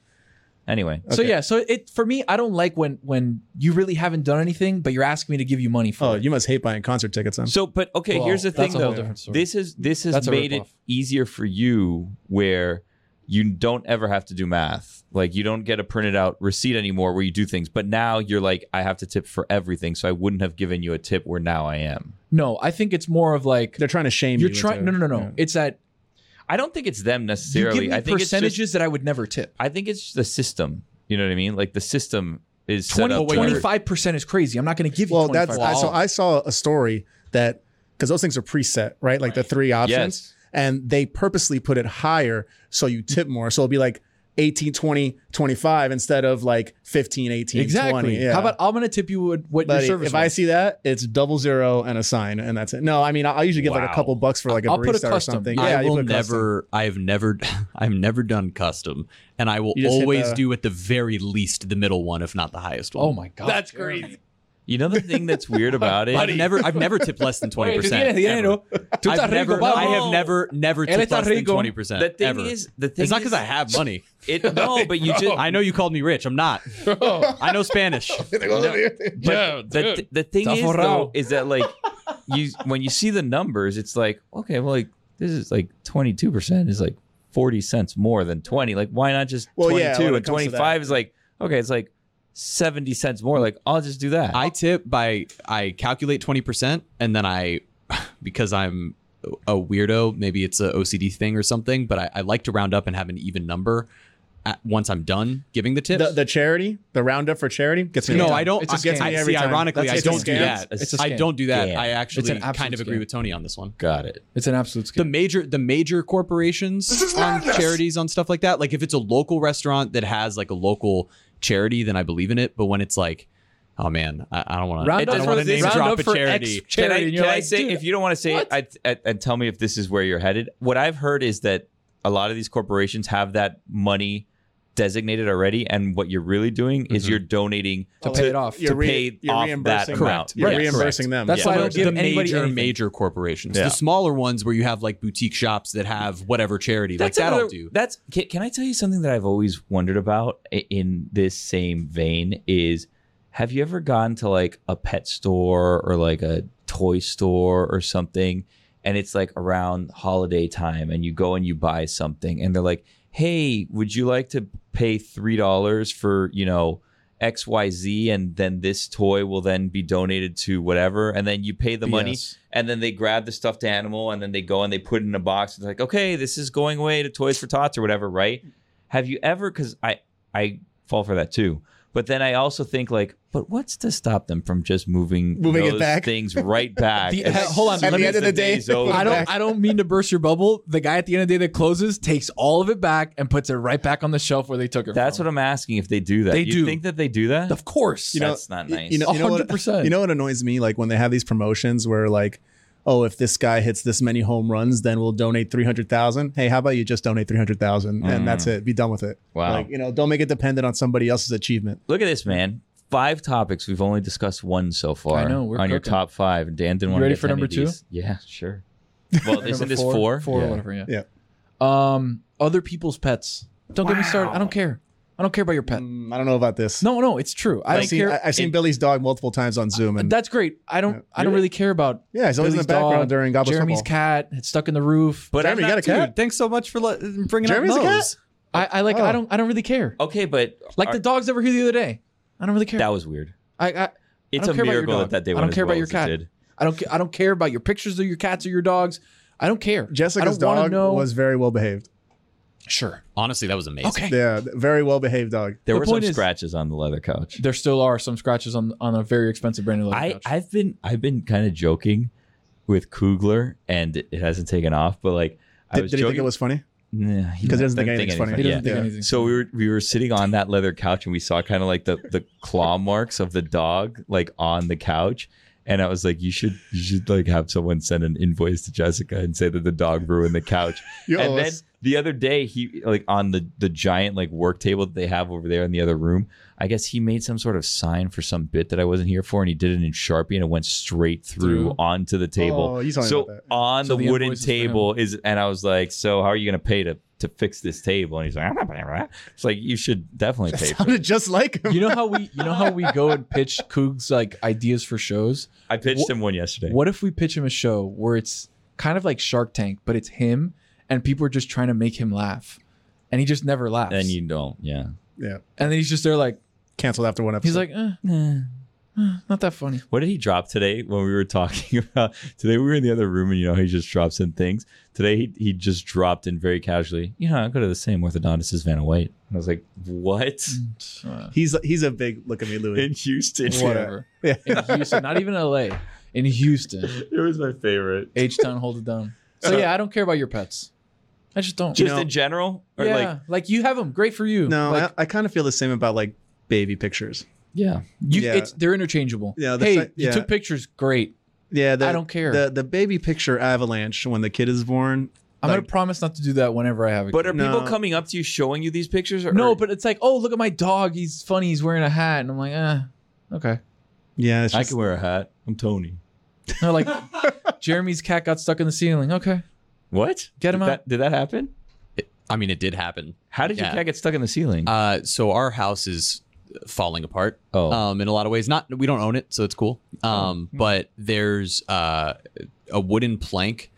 S4: Anyway,
S2: So
S5: Okay.
S2: yeah, so it for me, I don't like when when you really haven't done anything, but you're asking me to give you money for
S5: Oh,
S2: it.
S5: you must hate buying concert tickets. Then.
S4: so but okay,
S2: Well,
S4: here's the
S2: that's
S4: thing
S2: a whole
S4: though.
S2: different story.
S4: This is this has
S2: That's a
S4: made it
S2: ripoff.
S4: easier for you where you don't ever have to do math. Like you don't get a printed out receipt anymore where you do things. But now you're like, I have to tip for everything, so I wouldn't have given you a tip where now I am.
S2: No, I think it's more of like
S5: They're trying to shame
S2: you're
S5: you.
S2: trying. No,
S5: into-
S2: no, no, no.
S5: yeah.
S2: It's that
S4: I don't think it's them
S2: you
S4: necessarily.
S2: give me
S4: I think
S2: percentages
S4: it's just,
S2: that I would never tip.
S4: I think it's the system. You know what I mean? Like the system is set up. to where-
S2: 25 percent is crazy. I'm not going to give you.
S5: Well,
S2: 25%.
S5: that's I, so I saw a story that because those things are preset, right? Like the three options,
S4: Yes.
S5: and they purposely put it higher so you tip more. So it'll be like 18, 20, 25 instead of like 15, 18,
S2: exactly.
S5: 20. Yeah.
S2: How about I'm going to tip you what, what your
S5: Buddy,
S2: service?
S5: if I
S2: was.
S5: see that, it's double zero and a sign, and that's it. No, I mean, I I usually give like a
S4: Wow.
S5: couple bucks for like a
S2: I'll
S5: barista
S2: put a
S5: or
S2: custom.
S5: something.
S6: I
S5: you
S6: will
S5: put a custom.
S6: never. I have never. I've never done custom, and I will
S5: You just hit
S6: always
S5: the-
S6: do at the very least the middle one, if not the highest one.
S5: Oh,
S2: oh my god, that's crazy.
S4: You know the thing that's weird about it.
S6: I've never, I've never tipped less than twenty percent. I've never, I have never, never
S2: Él
S6: tipped
S2: está
S6: less than
S2: rico.
S6: twenty percent.
S4: The thing
S6: ever.
S4: is, the thing
S6: it's not
S4: is- Oh.
S6: because I have money.
S4: It, no, but you just.
S6: I know you called me rich. I'm not. I know Spanish.
S4: But the, th- the thing is,
S2: Zaforrao.
S4: though, is that like you when you see the numbers, it's like okay, well, like this is like twenty two percent is like forty cents more than twenty. Like why not just
S5: Well,
S4: twenty
S5: yeah,
S4: two
S5: when
S4: and
S5: it comes
S4: twenty
S5: to that.
S4: five is like okay, it's like seventy cents more. Like I'll just do that.
S6: I tip by I calculate twenty percent, and then I, because I'm a weirdo, maybe it's a OCD thing or something, but I, I like to round up and have an even number. At, once I'm done giving the tips,
S5: The, the charity, the roundup for charity gets me.
S6: no,
S5: every
S6: I
S5: time.
S6: don't.
S5: It just
S6: I,
S5: gets
S6: I-
S5: me
S6: see,
S5: every time.
S6: ironically, I
S5: That's-
S6: don't
S5: it's a
S6: do
S5: scam.
S6: that.
S2: It's a
S6: I
S2: scam.
S6: don't do that.
S4: Scam.
S6: I
S2: It's
S6: actually
S2: an
S6: kind of
S2: absolute
S6: agree
S2: scam.
S6: with Tony on this one.
S4: Got it.
S2: It's an absolute scam.
S6: The major, the major corporations on charities on stuff like that. Like if it's a local restaurant that has like a local charity, then I believe in it. But when it's like, oh man, I, I don't want to.
S2: Round
S6: I
S2: up
S6: don't
S2: for
S6: want to
S2: this-
S6: name
S2: round
S6: drop
S2: up
S6: a
S2: for X
S6: charity.
S4: Can I,
S2: charity, and
S4: can
S2: you're
S4: I
S2: like,
S4: say
S2: dude,
S4: if you don't want to say it, I, I, and tell me if this is where you're headed? What I've heard is that a lot of these corporations have that money designated already, and what you're really doing is you're donating
S2: Mm-hmm. to pay it off.
S4: to pay off that
S5: reimbursing-
S4: amount.
S5: You're
S4: Right.
S5: reimbursing them.
S2: That's
S5: Yeah.
S2: why I
S6: But
S2: don't give
S6: the
S2: anybody
S6: major
S2: anything.
S6: major corporations.
S5: Yeah.
S6: The smaller ones where you have like boutique shops that have whatever charity,
S4: That's
S6: like that'll
S4: another-
S6: do.
S4: That's can, can I tell you something that I've always wondered about i- in this same vein is have you ever gone to like a pet store or like a toy store or something and it's like around holiday time and you go and you buy something and they're like, "Hey, would you like to pay $3 for, you know, XYZ and then this toy will then be donated to whatever and then you pay the money
S2: BS.
S4: and then they grab the stuffed animal and then they go and they put it in a box and it's like okay this is going away to toys for tots or whatever right have you ever because i i fall for that too but then i also think like but what's to stop them from just moving
S5: Moving it
S4: those
S5: back.
S4: things right back
S2: The-
S4: as
S2: hold on,
S4: soon
S5: at the uh,
S4: as
S5: end of the day,
S4: day's over?
S2: I don't. I don't mean to burst your bubble. The guy at the end of the day that closes takes all of it back and puts it right back on the shelf where they took it.
S4: that's what i'm asking if they do that
S2: They
S4: you
S2: do.
S4: think that they do that
S2: Of course.
S5: You know,
S4: That's not
S5: y-
S4: nice.
S5: You know, you know what,
S2: 100%.
S5: you know what annoys me? Like when they have these promotions where like, oh, if this guy hits this many home runs, then we'll donate three hundred thousand. Hey, how about you just donate three hundred thousand and that's it? Be done with it.
S4: Mm. Wow.
S5: Like you know, don't make it dependent on somebody else's achievement.
S4: look at this man five topics we've only discussed one so far
S2: I know, we're
S4: on your
S2: cooking.
S4: top five and dan didn't want
S2: ready
S4: to get
S2: for
S4: to any
S2: number
S4: of these. yeah sure well
S2: Number
S4: isn't this
S2: four?
S4: four
S2: Four,
S4: Yeah.
S2: whatever. Yeah.
S5: Yeah.
S2: Um, other people's pets. Don't get me started. I don't care. I don't care about your pet.
S5: Mm, I don't know about this.
S2: No, no, it's true. I
S5: I've
S2: don't
S5: seen
S2: care.
S5: I, have seen Billy's dog multiple times on Zoom and
S2: That's great. I don't. I don't really care about.
S5: Yeah, he's always in the background during Gobbles
S2: Jeremy's
S5: Football.
S2: cat. It's stuck in the roof.
S4: but
S5: Jeremy,
S4: I'm
S5: you got
S4: not
S5: a cat?
S6: Thanks so much for let- bringing
S5: Jeremy's a
S6: up
S5: cat?
S6: Moe's.
S2: I, I like.
S5: Oh.
S2: I don't. I don't really care.
S4: Okay, but
S2: Like the dogs that were here the other day. I don't really care.
S4: that was weird.
S2: I. I
S4: It's
S2: don't
S4: a
S2: care about your
S4: miracle
S2: dog.
S4: that that day
S2: I
S4: went
S2: don't
S4: as
S2: care
S4: well
S2: about your
S4: as it
S2: cat.
S4: did.
S2: I don't. ca- I don't care about your pictures of your cats or your dogs. I don't care.
S5: Jessica's
S2: I don't wanna
S5: dog
S2: know.
S5: was very well behaved.
S2: sure.
S6: Honestly, that was amazing.
S2: Okay.
S5: Yeah, very well behaved dog.
S4: There
S2: The
S4: were some
S2: point is-
S4: scratches on the leather couch.
S2: There still are some scratches on on a very expensive brand new leather
S4: I
S2: couch.
S4: I've been I've been kind of joking with Kugler, and it hasn't taken off. But like I
S5: Did,
S4: was
S5: did he
S4: joking
S5: think it was funny?
S4: Nah, he
S5: Because he doesn't think
S4: didn't
S5: anything's funny.
S2: he
S5: He
S2: doesn't
S4: yeah.
S2: think
S5: Yeah.
S2: anything.
S4: So we were we were sitting on that leather couch and we saw kind of like the the claw marks of the dog like on the couch. And I was like, you should you should like have someone send an invoice to Jessica and say that the dog ruined the couch.
S5: You
S4: and
S5: owe
S4: then
S5: us.
S4: the other day he like on the the giant like work table that they have over there in the other room, I guess he made some sort of sign for some bit that I wasn't here for and he did it in Sharpie and it went straight through
S2: Through.
S4: onto the table.
S5: Oh, you told me
S4: so
S5: about that.
S4: on
S2: So
S4: the,
S2: the
S4: wooden
S2: invoice is for him.
S4: table is and I was like, So how are you gonna pay to to fix this table? And he's like, I'm not paying for that. It's like you should definitely pay for it.
S5: Sounded just like him.
S2: you know how we you know how we go and pitch Coog's like ideas for shows?
S4: I pitched him one yesterday.
S2: What if we pitch him a show where it's kind of like Shark Tank, but it's him and people are just trying to make him laugh. And he just never laughs.
S4: And you don't, yeah.
S5: yeah,
S2: and then he's just there like
S5: canceled after one episode.
S2: he's like, eh, eh, not that funny.
S4: What did he drop today when we were talking about today? We were in the other room and you know he just drops in things. Today he, he just dropped in very casually, you know, I go to the same orthodontist as Vanna White. And I was like, What?
S2: Uh,
S5: he's he's a big look at me, Louis.
S4: In Houston.
S2: whatever.
S5: Yeah.
S2: In Houston, not even LA. In Houston.
S4: It was my favorite.
S2: H Town hold it down. So yeah, I don't care about your pets. I just don't.
S4: Just
S5: know-
S4: in general? Or
S2: yeah,
S4: like
S2: like, you have them. Great for you.
S5: No,
S2: Like,
S5: I, I kind of feel the same about like baby pictures.
S4: Yeah.
S2: you,
S5: yeah.
S2: it's, they're interchangeable.
S5: Yeah, the
S2: hey,
S5: fact-
S2: you
S5: yeah.
S2: took pictures. Great.
S5: Yeah, the,
S2: I don't care.
S5: The the baby picture avalanche when the kid is born.
S2: I'm
S5: like,
S2: gonna promise not to do that whenever I have a
S4: But are
S5: No.
S4: people coming up to you showing you these pictures? Or,
S2: No, but it's like, oh, look at my dog. He's funny. He's wearing a hat, and I'm like, eh, okay.
S5: Yeah, it's
S4: I
S5: just-
S4: can wear a hat. I'm Tony.
S2: They're like, Jeremy's cat got stuck in the ceiling. Okay.
S4: What?
S2: Get him
S4: did
S2: out.
S4: That, did that happen?
S6: I mean, it did happen.
S4: How did your
S6: Yeah.
S4: cat get stuck in the ceiling?
S6: Uh, so our house is falling apart.
S4: Oh.
S6: um, in a lot of ways. Not we don't own it, so it's cool. Um, but there's uh, a wooden plank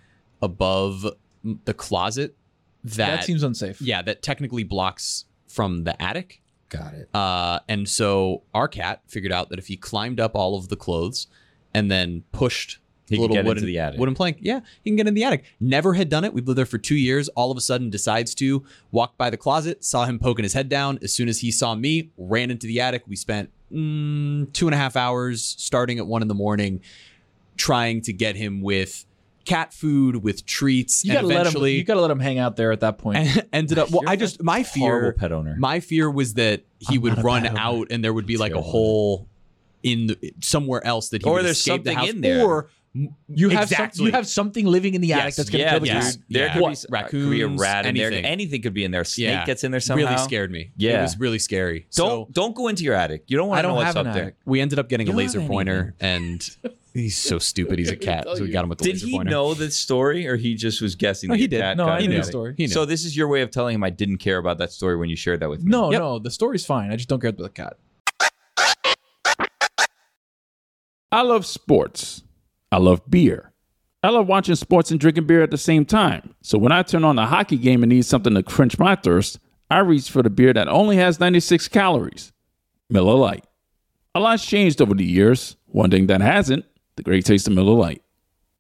S6: above the closet that,
S2: That seems unsafe.
S6: yeah that technically blocks from the attic.
S2: Got it.
S6: Uh, and so our cat figured out that if he climbed up all of the clothes and then pushed
S4: He
S6: the
S4: could
S6: little
S4: get into
S6: wooden,
S4: the attic.
S6: wooden plank, yeah, he can get in the attic. Never had done it. We've lived there for two years. All of a sudden, decides to walk by the closet. Saw him poking his head down. As soon as he saw me, ran into the attic. We spent mm, two and a half hours, starting at one in the morning, trying to get him with cat food, with treats.
S2: You
S6: and
S2: gotta let him.
S6: eventually
S2: You gotta let him hang out there at that point.
S6: ended up. Well,
S4: You're
S6: I just my
S4: Horrible
S6: fear.
S4: pet owner.
S6: My fear was that he would run out and there would be like a
S4: Terrible.
S6: hole in the, somewhere else that he
S4: Or
S6: would
S4: there's
S6: escape the
S4: something
S6: house.
S4: in there.
S6: Or
S2: You have some,
S6: Exactly.
S2: you have something living in the attic
S6: Yes.
S2: that's gonna
S6: Yeah,
S2: kill the
S6: yes.
S2: cat.
S4: There
S6: Yeah.
S4: could be
S6: What?
S4: s- uh, could be a
S6: Raccoons,
S4: rat in there.
S6: anything.
S4: Anything could be in there. Snake
S6: yeah,
S4: gets in there somehow.
S6: Really scared me.
S4: Yeah.
S6: it was really scary.
S4: Don't
S6: so
S4: don't go into your attic. You don't want
S2: I
S4: to know
S2: don't
S4: what's
S2: have
S4: up
S2: an
S4: there.
S2: attic.
S6: we ended up getting a
S2: You don't
S6: laser
S2: have
S6: pointer, and he's so stupid. He's a cat, so we got him with the
S4: Did
S6: laser
S4: he
S6: pointer.
S4: know this story, or he just was guessing?
S6: No,
S4: that
S6: he
S4: your
S6: did.
S4: cat
S2: No,
S4: got
S2: I
S4: in
S2: knew
S4: there?
S2: the story.
S6: He knew.
S4: So this is your way of telling him I didn't care about that story when you shared that with me.
S2: No,
S6: Yep.
S2: no, the story's fine. I just don't care about the cat.
S8: I love sports. I love beer. I love watching sports and drinking beer at the same time. So when I turn on a hockey game and need something to quench my thirst, I reach for the beer that only has 96 calories Miller Lite. A lot's changed over the years. One thing that hasn't the great taste of Miller Lite.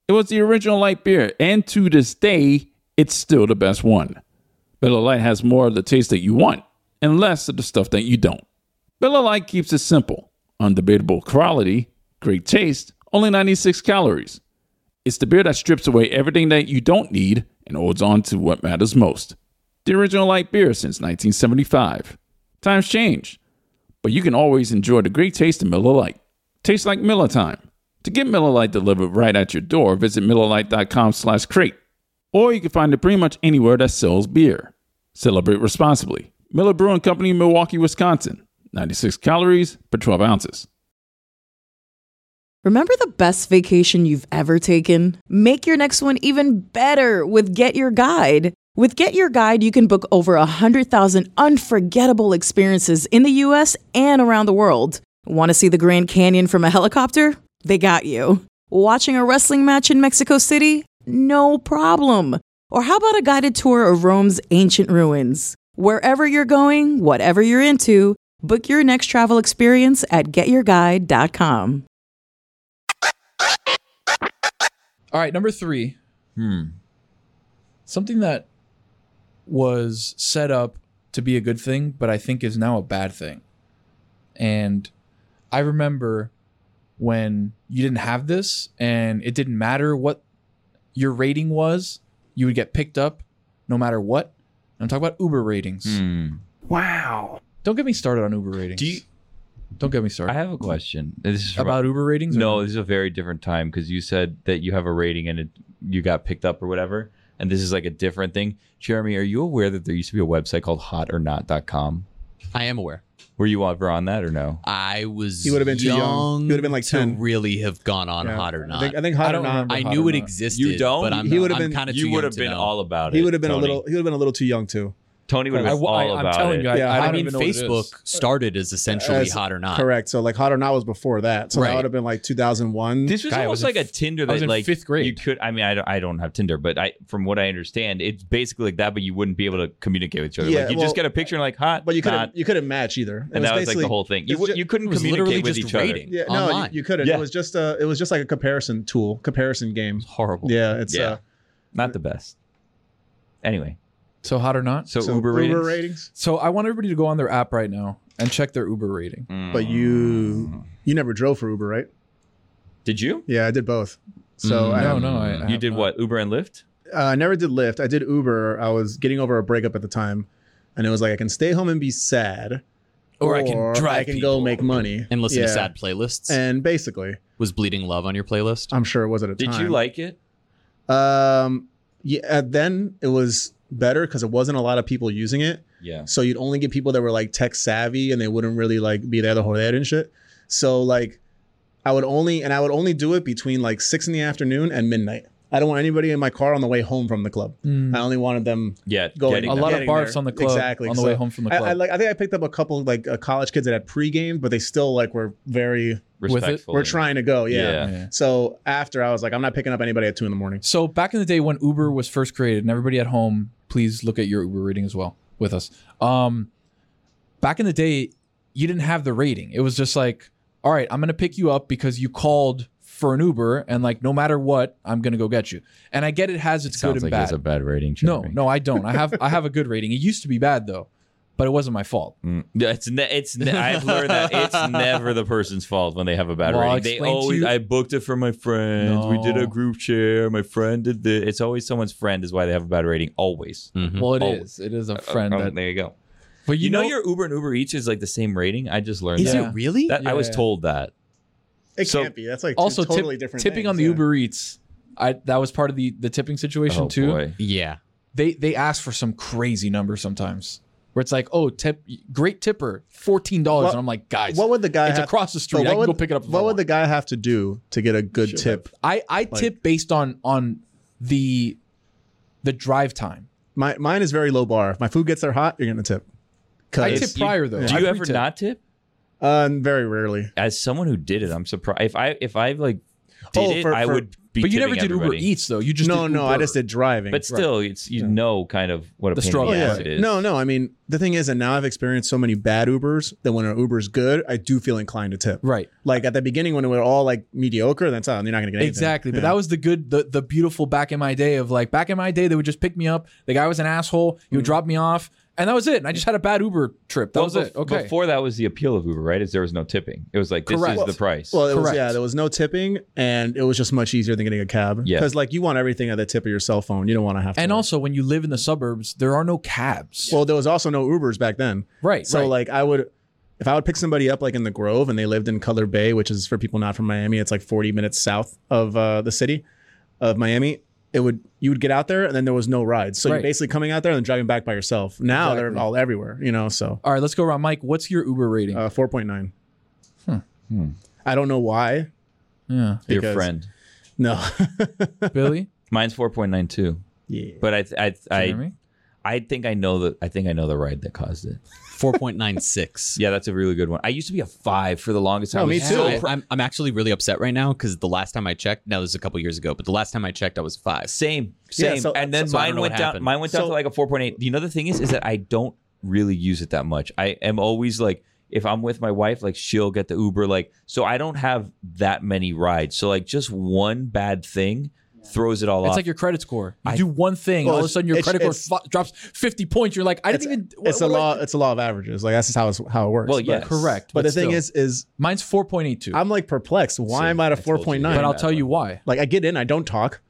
S8: It was the original light beer, and to this day, it's still the best one. Miller Lite has more of the taste that you want and less of the stuff that you don't. Miller Lite keeps it simple, undebatable quality, great taste, only 96 calories. It's the beer that strips away everything that you don't need and holds on to what matters most. The original light beer since 1975. Times change, but you can always enjoy the great taste of Miller Lite. Tastes like Miller time. To get Miller Lite delivered right at your door, visit MillerLite.com slash crate. Or you can find it pretty much anywhere that sells beer. Celebrate responsibly. Miller Brewing Company, Milwaukee, Wisconsin. 96 calories per 12 ounces.
S9: Remember the best vacation you've ever taken? Make your next one even better with Get Your Guide. With Get Your Guide, you can book over 100,000 unforgettable experiences in the US and around the world. Want to see the Grand Canyon from a helicopter? They got you. Watching a wrestling match in Mexico City? No problem. Or how about a guided tour of Rome's ancient ruins? Wherever you're going, whatever you're into, book your next travel experience at getyourguide.com.
S2: All right, number three.
S4: Hmm.
S2: Something that was set up to be a good thing, but I think is now a bad thing. And I remember when you didn't have this and it didn't matter what your rating was, you would get picked up no matter what. I'm talking about Uber ratings.
S4: Hmm.
S2: Don't get me started on Uber ratings.
S4: Do you-
S2: Don't get me started.
S4: I have a question. This is
S2: about Uber ratings? or
S4: No, this is a very different time because you said that you have a rating and it, you got picked up or whatever. And this is like a different thing. Jeremy, are you aware that there used to be a website called hotornot.com?
S6: I am aware.
S4: Were you ever on that or no?
S6: I was.
S5: He would've been too young. He would've been like
S6: to
S5: 10.
S6: really have gone on
S5: yeah.
S6: hot or not.
S5: I think, I think hot
S2: I
S5: or
S2: don't
S5: not.
S2: remember.
S6: I
S2: Hot
S6: knew
S2: or
S6: it
S2: not.
S6: existed.
S4: You don't?
S6: But I'm,
S5: He would've been-
S6: kind of
S4: You would have been all about it.
S5: He would have been
S4: Tony.
S5: a little. He would have been a little too young too.
S4: Tony would have been all
S2: am
S4: about
S2: telling
S4: it.
S2: you, I,
S5: Yeah,
S2: I
S5: I
S2: don't
S6: I mean,
S2: even know what it is.
S6: Facebook started as essentially
S5: As-
S6: hot or not.
S5: Correct. So like hot or not was before that. So
S6: Right.
S5: that would have been like 2001.
S4: This was
S2: Guy, I
S4: almost
S2: was in
S4: like a
S2: f-
S4: Tinder
S2: I was
S4: that
S2: in
S4: like
S2: fifth grade.
S4: You could. I mean, I don't. I don't have Tinder, but I from what I understand, it's basically like that. But you wouldn't be able to communicate with each other.
S5: Yeah,
S4: like you
S5: well-
S4: just get a picture and like hot,
S5: but you couldn't.
S4: not,
S5: you couldn't match either. It
S4: and that was like
S5: basically-
S4: the whole thing. You,
S5: it's
S4: wou-
S5: ju-
S4: you couldn't
S6: it was literally
S4: communicate with
S6: just
S4: each
S6: rating.
S5: yeah, no, you,
S6: online.
S5: you couldn't.
S4: Yeah.
S5: It was just a. It was just like a comparison tool, comparison game.
S4: other. Horrible.
S5: Yeah, it's
S4: Yeah.
S5: uh,
S4: not the best. Anyway,
S2: So hot or not?
S4: so,
S5: so
S4: Uber, ratings.
S2: So I want everybody to go on their app right now and check their Uber rating.
S4: Mm.
S5: But you, you never drove for Uber, right?
S4: Did you?
S5: Yeah, I did both. So I,
S2: Mm, no,
S5: have-
S2: no, I, I
S4: You
S2: have
S4: did
S2: not.
S4: what? Uber and Lyft.
S5: uh, I never did Lyft. I did Uber. I was getting over a breakup at the time, and it was like I can stay home and be sad,
S6: Or I can drive
S5: I can
S6: people.
S5: go make money
S6: and listen to
S5: Yeah.
S6: sad playlists.
S5: And basically,
S6: was Bleeding Love on your playlist?
S5: I'm sure it was at a
S4: Did
S5: time.
S4: you like it?
S5: Um, yeah. uh, Then it was better because it wasn't a lot of people using it.
S4: Yeah.
S5: So you'd only get people that were like tech savvy and they wouldn't really like be there to hold it and shit. So like I would only and I would only do it between like six in the afternoon and midnight. I don't want anybody in my car on the way home from the club. I only wanted them
S4: Yeah,
S5: going.
S4: getting
S2: Mm. A lot of
S5: getting
S2: barfs
S5: there.
S2: on the club
S5: exactly
S2: on the way home from the
S5: I-
S2: club.
S5: I, like. I think I picked up a couple like uh, college kids that had pregame, but they still like were very.
S2: With it,
S4: respectful.
S5: We're trying to go. Yeah.
S4: Yeah.
S2: Yeah.
S5: So after I was like, I'm not picking up anybody at two in the morning.
S2: So back in the day when Uber was first created, and everybody at home, please look at your Uber rating as well with us. Um, back in the day, you didn't have the rating. It was just like, all right, I'm gonna pick you up because you called for an Uber, and like no matter what, I'm gonna go get you. And I get it has its good
S4: Sounds
S2: and
S4: like
S2: bad.
S4: it's a bad rating.
S2: no,
S4: Jeremy.
S2: no, I don't. I have I have a good rating. It used to be bad though, but it wasn't my fault.
S4: Mm. Yeah, It's ne- it's ne- I've learned that it's never the person's fault when they have a bad
S2: Well, I'll
S4: rating. They
S2: explain to
S4: always
S2: you-
S4: I booked it for my friends. We did
S2: No.
S4: a group share. My friend did this. It's always someone's friend is why they have a bad rating. Always.
S2: Well, it is.
S4: Always.
S2: It is a friend.
S4: Um,
S2: that,
S4: there you go.
S2: but
S4: You, know, your Uber and Uber Eats is like the same rating. I just learned
S6: Is
S4: that.
S2: Yeah.
S6: it really?
S4: That- I was
S2: Yeah.
S4: told that.
S5: It
S4: So-
S5: can't be. That's like two
S2: also tip-
S5: totally different.
S2: tipping
S5: things,
S2: on the
S5: yeah.
S2: Uber Eats. I that was part of the the tipping situation
S4: Oh,
S2: too.
S4: boy.
S6: yeah.
S2: they they ask for some crazy number sometimes where it's like, oh, tip, great tipper, fourteen dollars,
S5: What-
S2: and I'm like, guys,
S5: What would the guy?
S2: it's
S5: have-
S2: across the
S5: but
S2: street. I
S5: what
S2: can
S5: would-
S2: go pick it up. if I
S5: What would
S2: want.
S5: the guy have to do to get a good tip?
S2: I I tip based on on the the drive time.
S5: My mine is very low bar. If my food gets there hot, you're gonna tip.
S2: I
S5: Cause
S2: tip prior though.
S4: Do
S2: I
S4: you ever
S2: pre-tip.
S4: not tip?
S5: uh, very rarely.
S4: As someone who did it, I'm surprised. If I if I like did
S5: Oh,
S4: it,
S5: for-
S4: I
S5: for-
S4: would be.
S2: But you never
S4: tipping
S2: did
S4: everybody.
S2: Uber Eats though. You just
S5: no,
S2: did
S5: no, I
S2: Uber.
S5: just did driving.
S4: But still, it's you know kind of what a
S2: The
S4: pain in
S2: struggle,
S5: yeah.
S4: ass it is.
S5: No, no. I mean, the thing is, and now I've experienced so many bad Ubers that when an Uber's good, I do feel inclined to tip.
S2: right.
S5: Like at the beginning when we were all like mediocre, that's how you're not gonna get anything.
S2: Exactly. But
S5: Yeah.
S2: that was the good, the, the beautiful back in my day of like, back in my day, they would just pick me up. The guy was an asshole. He
S5: Mm-hmm.
S2: would drop me off. And that was it. And I just had a bad Uber trip. That
S4: Well,
S2: was it.
S4: bef-
S2: Okay.
S4: Before that was the appeal of Uber, right? Is there was no tipping. It was like this
S2: Correct.
S4: is the price.
S5: Well, it was,
S2: Correct.
S5: yeah, there was no tipping, and it was just much easier than getting a cab.
S4: Yeah.
S5: because like you want everything at the tip of your cell phone. You don't want to have. to
S2: and
S5: worry.
S2: also, when you live in the suburbs, there are no cabs.
S5: well, there was also no Ubers back then.
S2: right.
S5: So
S2: right.
S5: like I would if I would pick somebody up like in the Grove and they lived in Color Bay, which is for people not from Miami, it's like 40 minutes south of uh, the city of Miami. It would you would get out there and then there was no rides. So
S2: Right.
S5: you're basically coming out there and then driving back by yourself. Now
S2: Exactly.
S5: they're all everywhere, you know, so
S2: All right, let's go around. Mike, what's your Uber rating?
S5: uh, 4.9.
S2: Hmm.
S5: I don't know why.
S2: yeah.
S4: your
S5: because-
S4: friend.
S5: No.
S2: Billy?
S4: Mine's four point nine two.
S5: yeah.
S4: But I th- I th- I
S2: Jeremy?
S4: I think I know the I think I know the ride that caused it.
S6: 4.96.
S4: Yeah, that's a really good one. I used to be a five for the longest time.
S5: Oh, me
S4: I was
S5: too.
S4: so
S6: I,
S4: pr-
S6: I'm, I'm actually really upset right now because the last time I checked, now this is a couple years ago, but the last time I checked, I was five.
S4: same,
S5: Yeah,
S4: same.
S5: so-
S4: and then
S6: so I don't
S4: mine
S6: know
S4: went
S6: what
S4: down.
S6: happened.
S4: Mine went down to
S5: So-
S4: like a four point eight. The other thing is, is that I don't really use it that much. I am always like, if I'm with my wife, like she'll get the Uber. Like, so I don't have that many rides. So like, just one bad thing throws it all
S2: It's
S4: off.
S2: like your credit score. You do one thing,
S5: Well,
S2: all of a
S5: it's-
S2: sudden your
S5: it's-
S2: credit score
S5: it's-
S2: fl- drops 50 points. You're like, I didn't even. what-
S5: it's a
S2: what do I-
S5: law it's a law of averages. Like that's just how it's, how it works.
S4: well,
S5: But-
S4: yeah,
S2: Correct.
S5: But, the thing
S2: still.
S5: is is
S2: mine's 4.82.
S5: I'm like perplexed. Why
S4: See,
S5: am I at a
S4: I told you.
S5: 4.9?
S2: but I'll
S4: that
S2: tell
S4: one.
S2: you why.
S5: Like I get in, I don't talk.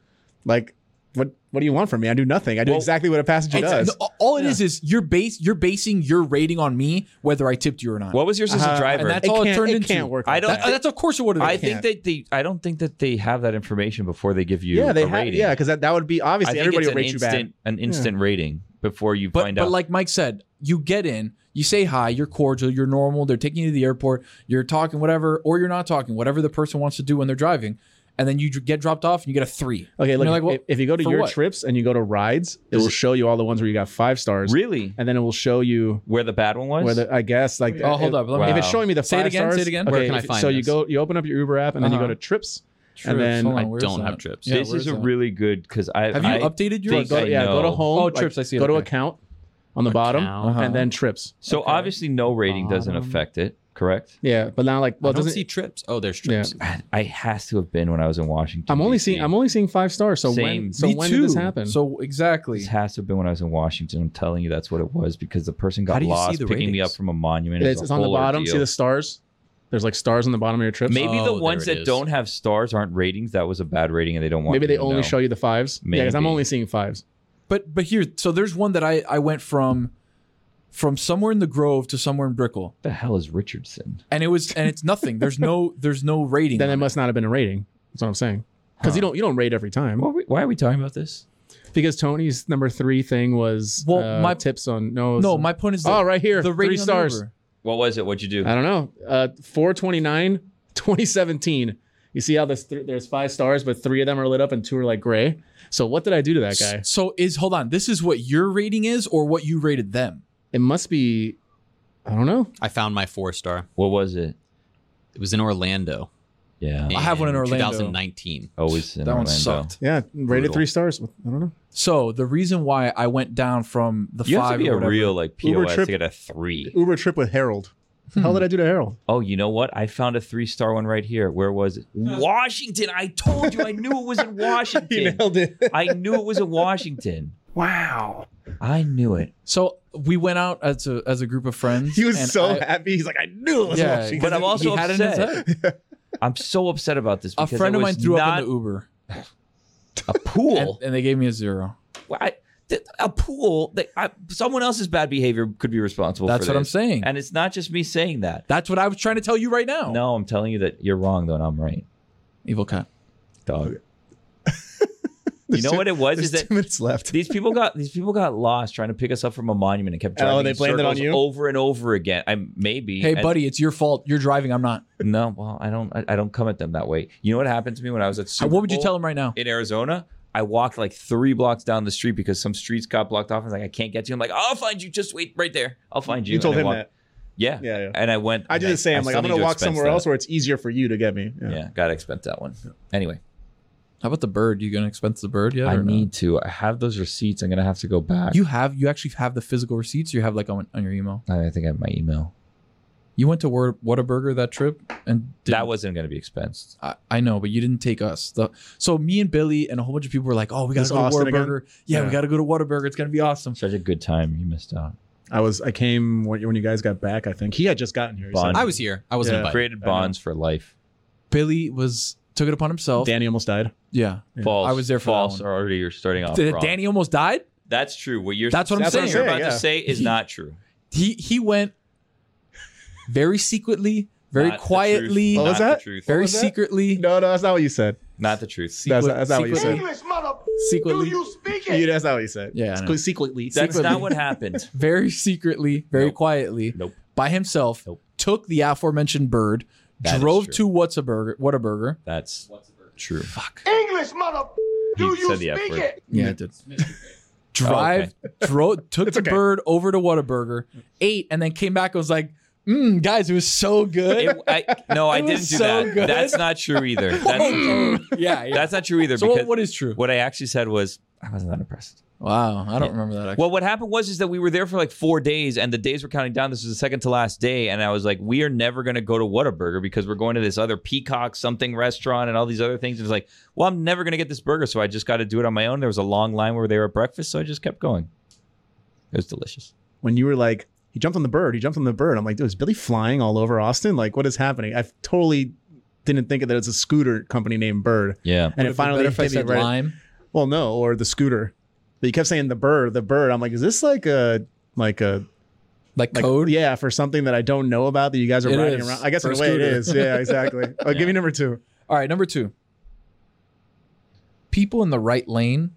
S5: Like what what do you want from me? I do nothing. I do
S4: Well,
S5: exactly what a passenger
S2: It's-
S5: does.
S2: no, all it is is you're base you're basing your rating on me whether I tipped you or not.
S4: What was yours as
S5: Uh,
S4: a
S5: and
S4: driver?
S2: and that's all it
S5: can't-
S2: turned
S5: it
S2: into.
S5: can't work
S4: I
S5: like
S4: don't.
S2: That- that's of course it would have.
S4: I
S2: been.
S4: think that they. I don't think that they have that information before they give you.
S5: yeah, they
S4: a
S5: had,
S4: rating.
S5: yeah, because that, that would be
S4: I
S5: obviously
S4: think
S5: everybody
S4: it's
S5: would
S4: an
S5: rate
S4: instant, an instant rating before you
S2: But
S4: find
S2: but
S4: out.
S2: like Mike said, you get in, you say hi, you're cordial, you're normal. They're taking you to the airport, you're talking whatever, or you're not talking whatever the person wants to do when they're driving, and then you dr- get dropped off and you get a three.
S5: you bad. Okay,
S2: And
S5: look,
S2: you're like, well,
S5: if, if you go to
S2: for
S5: your
S2: what?
S5: trips and you go to rides, it will show you all the ones where you got five stars,
S4: really,
S5: and then it will show you
S4: where the bad one was?
S5: where the I guess like
S2: Oh, hold
S5: it-
S2: up, let me-
S5: if it's
S4: Wow.
S5: showing me the
S2: Say it
S5: five
S2: again, say it
S5: stars,
S2: again.
S5: okay,
S6: Where can I
S5: if-
S6: find
S5: So you
S6: this?
S5: go, you open up your Uber app, and then you
S2: Uh-huh.
S5: go to trips,
S2: Trips.
S5: and then
S2: Hold on,
S6: I
S2: where's
S6: don't
S2: that?
S6: have trips.
S2: Yeah,
S4: this
S2: where's
S4: is a
S2: that?
S4: really good because I
S2: Have you
S4: I
S2: updated your?
S4: think
S5: go,
S4: I
S5: yeah, go to
S4: know.
S5: home,
S2: Oh,
S5: like,
S2: trips, I see it,
S5: Go to
S2: okay. Uh-huh.
S5: account on the bottom,
S6: Account.
S5: and then trips.
S4: So obviously, no rating doesn't
S5: Um,
S6: Bottom.
S4: affect it. Correct.
S5: Yeah, but now like well,
S6: I don't
S5: doesn't
S6: see trips. Oh, there's
S5: Yeah.
S6: trips.
S4: I has to have been when I was in Washington.
S5: I'm only
S4: DC.
S5: seeing I'm only seeing five stars. So
S4: Same.
S5: when so
S2: Me
S5: when
S2: too.
S5: did this happen?
S2: So exactly.
S4: This has to have been when I was in Washington. I'm telling you, that's what it was because the person
S6: How
S4: got
S6: do you see
S4: lost
S6: the
S4: picking me up
S6: ratings?
S4: from a monument. It
S5: It's,
S4: was
S5: it's
S4: a
S5: on the
S4: whole
S5: bottom.
S4: ordeal.
S5: See the stars? There's like stars on the bottom of your trips.
S4: Maybe
S6: Oh,
S4: the
S6: there
S4: ones
S6: it
S4: that
S6: is.
S4: don't have stars aren't ratings. That was a bad rating, and they don't want.
S5: Maybe
S4: you
S5: they
S4: to
S5: only
S4: know.
S5: show you the fives. Yeah, because I'm
S4: Maybe.
S5: only seeing fives.
S2: But but here, so there's one that I I went from from somewhere in the Grove to somewhere in Brickell,
S4: the hell is Richardson?
S2: and it was and it's nothing. There's no there's no rating.
S5: Then
S2: on
S5: it
S2: it.
S5: must not have been a rating. That's what I'm saying. Because you don't you don't rate every time.
S4: Why are, we, why are we talking about this?
S5: Because Tony's number three thing was
S2: Well,
S5: uh,
S2: my-
S5: tips on no
S2: no, my point is that
S5: oh right here
S2: the
S5: three
S2: rating on
S5: stars.
S2: Uber.
S4: What was it? What'd you do?
S5: I don't know. Uh, 429, 2017. You see how this th- there's five stars, but three of them are lit up and two are like gray. So what did I do to that guy?
S2: So is hold on. This is what your rating is, or what you rated them.
S5: It must be, I don't know.
S6: I found my four star.
S4: What was it?
S6: It was in Orlando.
S4: Yeah.
S2: I have one in Orlando.
S6: 2019.
S4: Always in
S2: That one
S4: Orlando.
S2: sucked.
S5: Yeah, rated three stars. I don't know.
S2: So the reason why I went down from the
S4: You have
S2: five
S4: to be
S2: or
S4: a
S2: whatever-
S4: real like
S5: Uber
S4: POS
S5: trip-
S4: to get a three.
S5: Uber trip with Harold. How did I do to Harold?
S4: Oh, you know what? I found a three star one right here. Where was it? Washington. I told you. I knew it was in Washington.
S5: it.
S4: I knew it was in Washington. Wow. I knew it.
S2: So we went out as a as a group of friends.
S5: He was
S2: and
S5: so
S2: I-
S5: happy. He's like, I knew it was
S2: Yeah,
S5: Washington.
S4: But I'm
S2: he
S4: also
S2: had it in his
S4: upset.
S2: head.
S4: I'm so upset about this.
S2: A
S4: because
S2: friend
S4: it
S2: of mine
S4: was
S2: threw up
S4: not
S2: in the Uber,
S4: a pool.
S2: and they gave me a zero.
S4: I- th- a pool. That I, someone else's bad behavior could be responsible.
S2: That's
S4: for
S2: what I'm
S4: this.
S2: saying.
S4: And it's not just me saying that.
S2: That's what I was trying to tell you right now.
S4: No, I'm telling you that you're wrong though, and I'm right,
S2: evil cat.
S4: dog.
S5: There's
S4: you know
S5: two-
S4: what it was?
S5: There's
S4: Is
S5: two
S4: that
S5: minutes left.
S4: these people got these people got lost trying to pick us up from a monument and kept
S5: Oh,
S4: driving
S5: they
S4: in
S5: blamed it on
S4: circles
S5: you?
S4: over and over again. I maybe.
S2: Hey,
S4: And-
S2: buddy, it's your fault. You're driving. I'm not.
S4: No, well, I don't. I, I don't come at them that way. You know what happened to me when I was at Super
S2: Uh, what would you
S4: Bowl
S2: tell him right now?
S4: in Arizona? I walked like three blocks down the street because some streets got blocked off. And like, I can't get to you. I'm like, I'll find you. Just wait right there. I'll find you.
S5: You told
S4: And I
S5: him
S4: walked-
S5: that.
S4: Yeah.
S5: Yeah, yeah.
S4: And I went.
S5: I do the same. I'm like,
S4: still
S5: I'm
S4: need
S5: gonna
S4: to
S5: walk
S4: expense
S5: somewhere
S4: that.
S5: else where it's easier for you to get me. Yeah.
S4: Yeah. gotta expense that one. Anyway,
S2: How about the bird? You gonna expense the bird yet?
S4: I
S2: or no?
S4: need to. I have those receipts. I'm gonna have to go back.
S2: You have you actually have the physical receipts. You have like on, on your email.
S4: I think I have my email.
S2: You went to Whataburger Whataburger that trip, and did,
S4: that wasn't gonna be expensed.
S2: I, I know, but you didn't take us. The, so me and Billy and a whole bunch of people were like, "Oh, we gotta
S5: This
S2: go
S5: Austin
S2: to
S5: again?
S2: Whataburger. Yeah, we
S5: Yeah.
S2: gotta go to Whataburger. It's gonna be awesome."
S4: Such a good time. You missed out.
S5: I was. I came when when you guys got back. I think he had just gotten here. he
S4: Bond.
S5: said.
S6: I was here. I wasn't
S5: Yeah.
S6: invited.
S4: Created bonds for life.
S2: Billy was took it upon himself.
S5: Danny almost died.
S2: yeah,
S4: False.
S2: I was there for that
S4: false.
S2: one.
S4: Already, you're starting off.
S2: Did-
S4: wrong.
S2: Danny almost died.
S4: That's true. What you're
S2: That's what I'm
S5: That's what I'm
S2: saying.
S5: saying.
S4: you're about
S5: yeah.
S4: to say is not true.
S2: He he went very secretly, very
S4: Not the truth.
S2: quietly,
S5: What was
S4: Not the
S5: that?
S4: truth.
S2: very
S5: was that?
S2: secretly.
S5: No, no, that's not what you said.
S4: Not the truth.
S5: That's not- that's not what you
S2: secretly-
S5: said.
S7: English mother Do
S2: Secretly,
S7: you speak
S5: You,
S7: it?
S5: that's not what you said.
S2: Yeah, I
S5: It's
S2: know.
S5: cl- secretly.
S4: That's
S5: secretly.
S4: not what happened.
S2: very secretly, very
S4: Nope.
S2: quietly,
S4: Nope.
S2: by himself,
S4: Nope.
S2: took the aforementioned bird,
S4: That is
S2: drove
S4: true.
S2: to Whataburger. Whataburger.
S4: That's true.
S7: English mother Do
S4: He
S7: you
S4: said the F
S7: speak
S4: word.
S7: it?
S2: Yeah, it did.
S4: Oh,
S2: Drive, dro- took the
S5: okay.
S2: bird over to Whataburger, ate, and then came back and was like, mm, guys, it was so good.
S4: It- I, no, I
S2: It was
S4: didn't do
S2: so
S4: that.
S2: good.
S4: That's not true either. That's,
S2: Mm. yeah, yeah.
S4: that's not true either.
S2: so
S4: because
S2: what, what is true?
S4: what I actually said was I wasn't that impressed.
S2: Wow, I don't remember that. Actually.
S4: Well, what happened was is that we were there for like four days, and the days were counting down. This was the second to last day, and I was like, "We are never going to go to Whataburger because we're going to this other Peacock something restaurant and all these other things." And it's like, "Well, I'm never going to get this burger, so I just got to do it on my own." There was a long line where they were at breakfast, so I just kept going. It was delicious.
S5: when you were like, he jumped on the bird. He jumped on the bird. I'm like, dude, is Billy flying all over Austin? Like, what is happening? I totally didn't think that it's a scooter company named Bird.
S4: Yeah.
S5: And
S2: Would have
S5: it
S2: been
S5: finally
S2: better if I
S5: hit me
S2: said
S5: right-
S2: lime.
S5: Well, no, or the scooter. But you kept saying the bird, the bird. I'm like, is this like a like a
S2: Like,
S5: like,
S2: code?
S5: Yeah, for something that I don't know about that you guys are
S2: It
S5: riding
S2: is,
S5: around. I guess
S2: for
S5: in a
S2: a
S5: way it
S2: scooter.
S5: is. Yeah, exactly. Oh, Give me number two.
S2: All right, number two. People in the right lane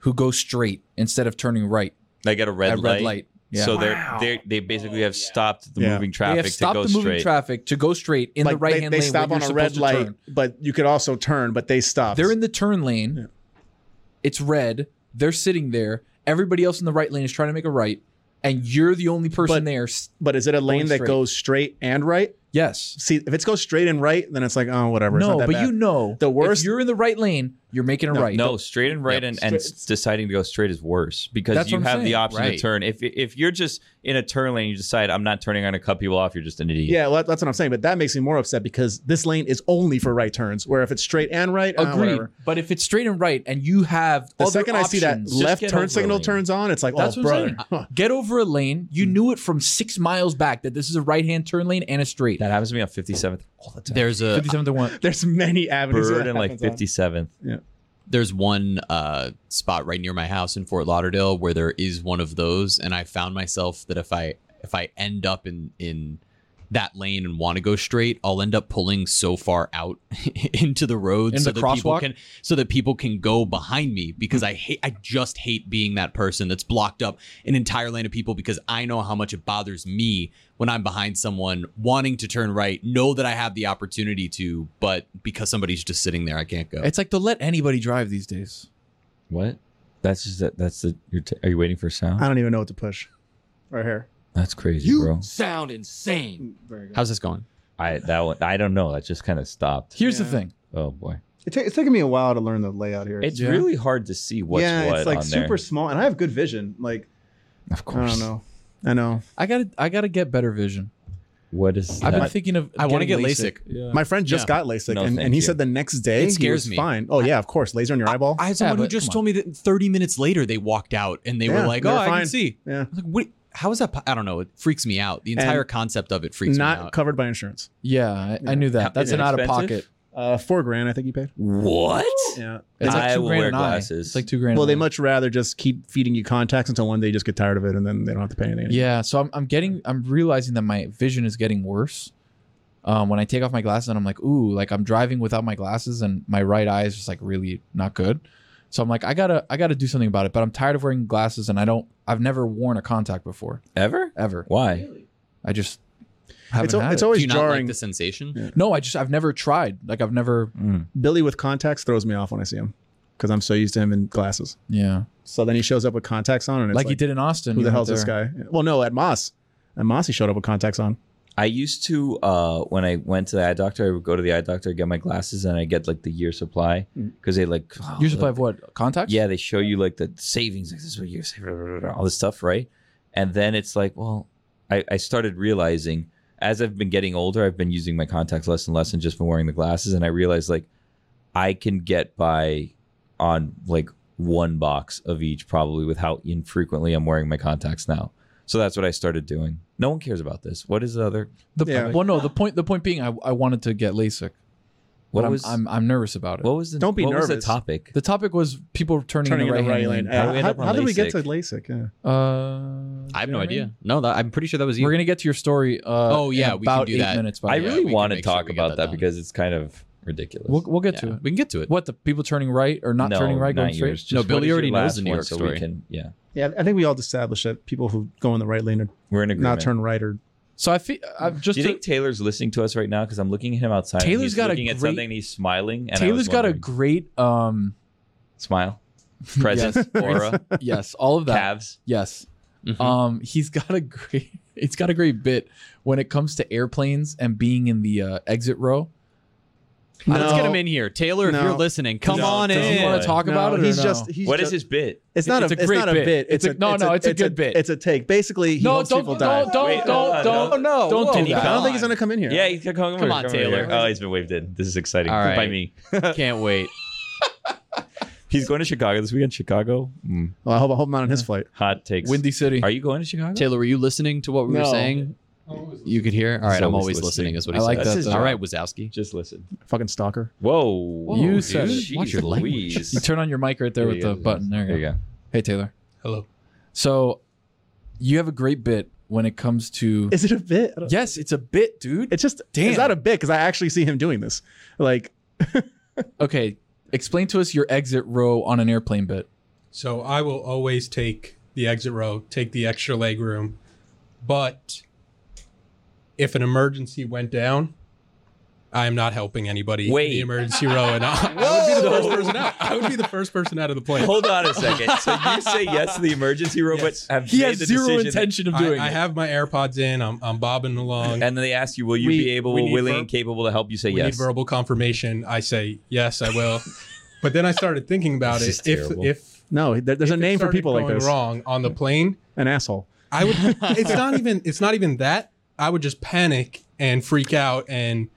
S2: who go straight instead of turning right
S4: Like at a red
S2: at
S4: light.
S2: red light. Yeah.
S4: So they're they they basically have stopped the
S5: Oh, Yeah.
S4: moving
S2: they
S4: traffic
S2: have stopped
S4: to go
S2: the moving
S4: straight.
S2: traffic to go straight in the
S5: Like
S2: right
S5: they,
S2: hand
S5: they
S2: lane.
S5: stop
S2: when
S5: on
S2: you're
S5: a
S2: supposed
S5: red
S2: to
S5: light,
S2: turn.
S5: but you could also turn, but they stop.
S2: They're in the turn lane.
S5: Yeah.
S2: It's red. They're sitting there. Everybody else in the right lane is trying to make a right, and you're the only person
S5: But-
S2: there. S-
S5: but is it a lane that
S2: straight.
S5: goes straight and right?
S2: Yes.
S5: See, if it goes straight and right, then it's like, oh, whatever. it's
S2: No,
S5: not that
S2: but
S5: bad.
S2: you know
S5: The
S2: if
S5: worst-
S2: you're in the right lane. You're making a right.
S4: No, straight and right, and, and
S5: Straight-
S4: deciding to go straight is worse because
S2: That's
S4: you
S2: what I'm
S4: have the
S2: saying.
S4: option to
S6: Right.
S4: turn. If if you're just in a turn lane, you decide I'm not turning. I'm going to cut people off. You're just an idiot.
S5: Yeah, well, that's what I'm saying. But that makes me more upset because this lane is only for right turns. Where if it's straight and right, ah,
S2: Agreed.
S5: whatever.
S2: but if it's straight and right, and you have
S5: The
S2: other
S5: second I see that
S2: options-
S5: left
S4: get over
S5: turn
S4: a
S5: signal
S4: lane.
S5: turns on, it's like,
S2: That's
S5: oh, Hmm.
S2: what I'm
S5: brother.
S2: saying. Get over a lane. You knew it from six miles back that this is a right hand turn lane and a straight.
S4: That happens to me on 57th all the time.
S6: There's a
S2: 57 to 1.
S5: There's many avenues.
S4: Bird
S5: that
S4: and like
S5: happens on.
S4: 57th.
S6: there's one uh, spot right near my house in Fort Lauderdale where there is one of those, and I found myself that if I if I end up in in that lane and want to go straight, I'll end up pulling so far out into the road
S2: In
S6: so
S2: the
S6: that people
S2: crosswalk? Hmm.
S6: can so that people can go behind me because I hate I just hate being that person that's blocked up an entire lane of people because I know how much it bothers me when I'm behind someone wanting to turn right, know that I have the opportunity to, but because somebody's just sitting there, I can't go.
S2: It's like they'll let anybody drive these days.
S4: What? That's just that. That's the. You're t- are you waiting for
S5: I
S4: sound?
S5: don't even know what to push. Right here.
S4: That's crazy, bro.
S10: sound insane.
S6: How's this going?
S4: I that one. I don't know. That just kind of stopped.
S2: Here's the
S5: Yeah.
S2: thing.
S4: Oh boy.
S5: It ta- it's taken me a while to learn the layout here.
S4: It's
S2: Yeah.
S4: really hard to see what's
S5: yeah,
S4: what
S5: it's like
S4: on
S5: super
S4: there.
S5: small, and I have good vision. Like
S4: Of
S5: I don't know. I know.
S2: I gotta I gotta get better vision.
S4: What is
S2: I've been
S4: that?
S2: thinking of
S6: I wanna
S2: getting
S6: get LASIK.
S2: Yeah.
S5: My friend just
S6: Yeah.
S5: got LASIK,
S4: No,
S5: and,
S4: thank
S5: and he
S4: you.
S5: said the next day
S6: It scares
S5: he was
S6: me.
S5: fine. Oh yeah, of course, laser in your eyeball.
S6: I had
S2: Yeah,
S6: someone who
S2: but
S6: just
S2: come
S6: told me that 30 minutes later they walked out and they
S5: Yeah,
S6: were like,
S5: they
S6: "Oh,
S5: were
S6: I
S5: fine.
S6: can see."
S5: yeah,
S6: I was like, "What? How is that? po- I don't know. It freaks me out. The
S5: And
S6: entire concept of it freaks me
S5: not
S6: out."
S5: covered by insurance.
S2: Yeah, I, I knew that. That's
S4: Is it
S2: an out of
S4: expensive?
S2: pocket.
S5: Uh, four grand, I think you paid.
S4: what?
S5: Yeah.
S2: It's like
S4: I
S2: two
S4: will
S2: grand
S4: wear
S2: an eye.
S4: glasses.
S2: It's like two grand.
S5: Well,
S2: an
S5: they
S2: eye.
S5: much rather just keep feeding you contacts until one day you just get tired of it, and then they don't have to pay anything. anymore.
S2: Yeah, so I'm, I'm getting I'm realizing that my vision is getting worse. Um, when I take off my glasses and I'm like, ooh, like I'm driving without my glasses and my right eye is just like really not good. So I'm like, I gotta I gotta do something about it. But I'm tired of wearing glasses and I don't I've never worn a contact before
S4: Ever?
S2: ever.
S4: Why?
S2: I just haven't
S5: It's,
S2: had
S5: al- it's
S2: it.
S6: Do
S5: always
S6: you not
S5: jarring.
S6: like the sensation?
S2: no, I just I've never tried. Like I've never
S5: Billy with contacts throws me off when I see him because I'm so used to him in glasses.
S2: yeah
S5: So then he shows up with contacts on, and it's
S2: like,
S5: like,
S2: you did in Austin.
S5: Who
S2: you
S5: the
S2: went
S5: hell's this
S2: there.
S5: guy? Well, no, at Moss. At Moss, he showed up with contacts on.
S4: I used to uh when I went to the eye doctor, I would go to the eye doctor, get my glasses, and I get like the year supply because they like oh,
S2: You supply of what contacts?
S4: Yeah, they show you like the savings, like this is what you save, blah, blah, blah, all this stuff, right? And then it's like, well, I, I started realizing as I've been getting older, I've been using my contacts less and less and just been wearing the glasses. And I realized like I can get by on like one box of each probably with how infrequently I'm wearing my contacts now. So that's what I started doing. No one cares about this. What is the other?
S2: The,
S5: Yeah.
S2: Well, no. The point. The point being, I, I wanted to get LASIK,
S4: What
S2: but I'm,
S4: was
S2: I'm I'm nervous about it.
S4: what was the
S5: Don't be
S4: what was
S5: nervous.
S4: the topic?
S2: The topic was people turning,
S5: Turning
S2: in the right,
S5: right
S2: hand
S5: lane.
S2: lane.
S5: Uh,
S4: How do we end
S5: how
S4: up on
S5: how did we get to
S4: LASIC?
S5: LASIK? Yeah.
S2: Uh,
S6: I have no
S2: Jeremy?
S6: idea. No, that, I'm pretty sure that was you.
S2: We're gonna get to your story. Uh,
S6: Oh, yeah,
S2: in
S6: we can
S2: about
S6: do
S2: eight
S6: that.
S2: minutes. By
S4: I
S2: the way.
S4: really
S6: we can
S4: want to
S6: make sure
S4: talk
S6: we get
S4: about
S6: that
S4: that,
S6: done.
S4: because it's kind of ridiculous.
S2: We'll, we'll get
S6: Yeah,
S2: to it.
S6: We can get to it.
S2: What the people turning right or not
S4: No,
S2: turning right, going
S4: not
S2: straight?
S4: yours. Just
S6: No,
S4: what
S6: Billy
S4: is your
S6: already knows
S4: last
S6: the New
S4: one
S6: York
S4: so
S6: story.
S4: We can, yeah,
S5: Yeah, I think we all established that people who go in the right lane are
S4: we're in agreement.
S5: not turn right or
S2: So I feel I've just
S4: Do you think Taylor's listening to us right now? Because I'm looking at him outside. and
S2: Taylor's
S4: he's
S2: got a
S4: looking at
S2: great-
S4: something. And he's smiling. And
S2: Taylor's got a
S4: wondering-
S2: great um
S4: smile, presence, aura,
S2: yes, all of that.
S4: calves.
S2: Yes.
S6: Mhm.
S2: Um, he's got a great it's got a great bit when it comes to airplanes and being in the uh, exit row.
S6: Uh, Let's
S5: No.
S6: get him in here, Taylor. If
S5: No.
S6: you're listening, come
S5: No,
S6: on
S5: don't.
S2: Do you want
S6: in.
S2: to talk
S5: No,
S2: about it?
S5: He's
S2: or no?
S5: just he's
S4: What is
S5: just,
S4: his bit?
S5: It's not
S2: It's
S5: a,
S2: a
S5: it's
S2: great
S5: not a
S2: bit.
S5: bit.
S2: It's a- no, no, it's a good bit.
S5: It's a take. Basically, he
S2: no,
S5: helps
S2: don't
S5: people
S2: don't,
S5: die.
S2: don't don't
S4: Wait, no,
S2: don't
S4: no,
S5: no,
S2: don't
S5: whoa.
S2: do
S4: Did he
S5: I don't
S2: that.
S5: think he's gonna come in here.
S4: Yeah, he's come over.
S6: Come on,
S4: over
S6: Taylor.
S4: here. Oh, he's been waved in. This is exciting
S6: All right.
S4: by me.
S6: Can't wait.
S4: He's going to Chicago this weekend. Chicago, Mm,
S5: Well, Oh, I hope I hope I'm not on his flight.
S4: hot takes.
S2: Windy City.
S4: Are you going to Chicago?
S6: Taylor, were you listening to what we were
S5: No.
S6: saying? You could hear. All right,
S4: He's
S6: I'm
S4: always
S6: always
S4: listening.
S6: listening. Is what
S2: I
S6: he
S2: like
S6: said.
S2: that, That's though.
S6: All right, Wazowski.
S4: Just listen.
S5: Fucking stalker.
S4: Whoa,
S2: You said it.
S6: Watch your
S4: Jeez
S6: language.
S4: Louise.
S2: You turn on your mic right there with
S4: Yeah,
S2: the
S4: yeah,
S2: button. There you
S4: There
S2: go.
S4: you go.
S2: Hey Taylor.
S10: Hello.
S2: So you have a great bit when it comes to
S5: Is it a bit? I don't-
S2: Yes, it's a bit, dude.
S5: It's just
S2: Damn.
S5: It's not a bit because I actually see him doing this. Like
S2: okay, explain to us your exit row on an airplane bit.
S10: So I will always take the exit row, take the extra leg room. But if an emergency went down, I am not helping anybody
S4: Wait.
S10: in the emergency row, and I, I would be the first person out. I would be the first person out of the plane.
S4: Hold on a second. So you say yes to the emergency room,
S10: Yes.
S4: but have
S2: He
S4: made
S2: has
S4: the
S2: zero
S4: decision
S2: intention of
S10: I,
S2: doing
S10: I
S2: it.
S10: have my AirPods in. I'm, I'm bobbing along.
S4: and then they ask you, "Will you
S10: We-
S4: be able,
S10: we need
S4: willing,
S10: verb-
S4: and capable to help?" You say
S10: we
S4: yes.
S10: need verbal confirmation. I say yes, I will. but then I started thinking about
S4: This
S10: it.
S4: is
S10: If
S4: terrible.
S10: if
S5: no, there- there's a
S10: if it
S5: name for
S10: started
S5: people like
S10: going
S5: this.
S10: wrong on the plane,
S5: An asshole.
S10: I would. it's not even. It's not even that. I would just panic and freak out, and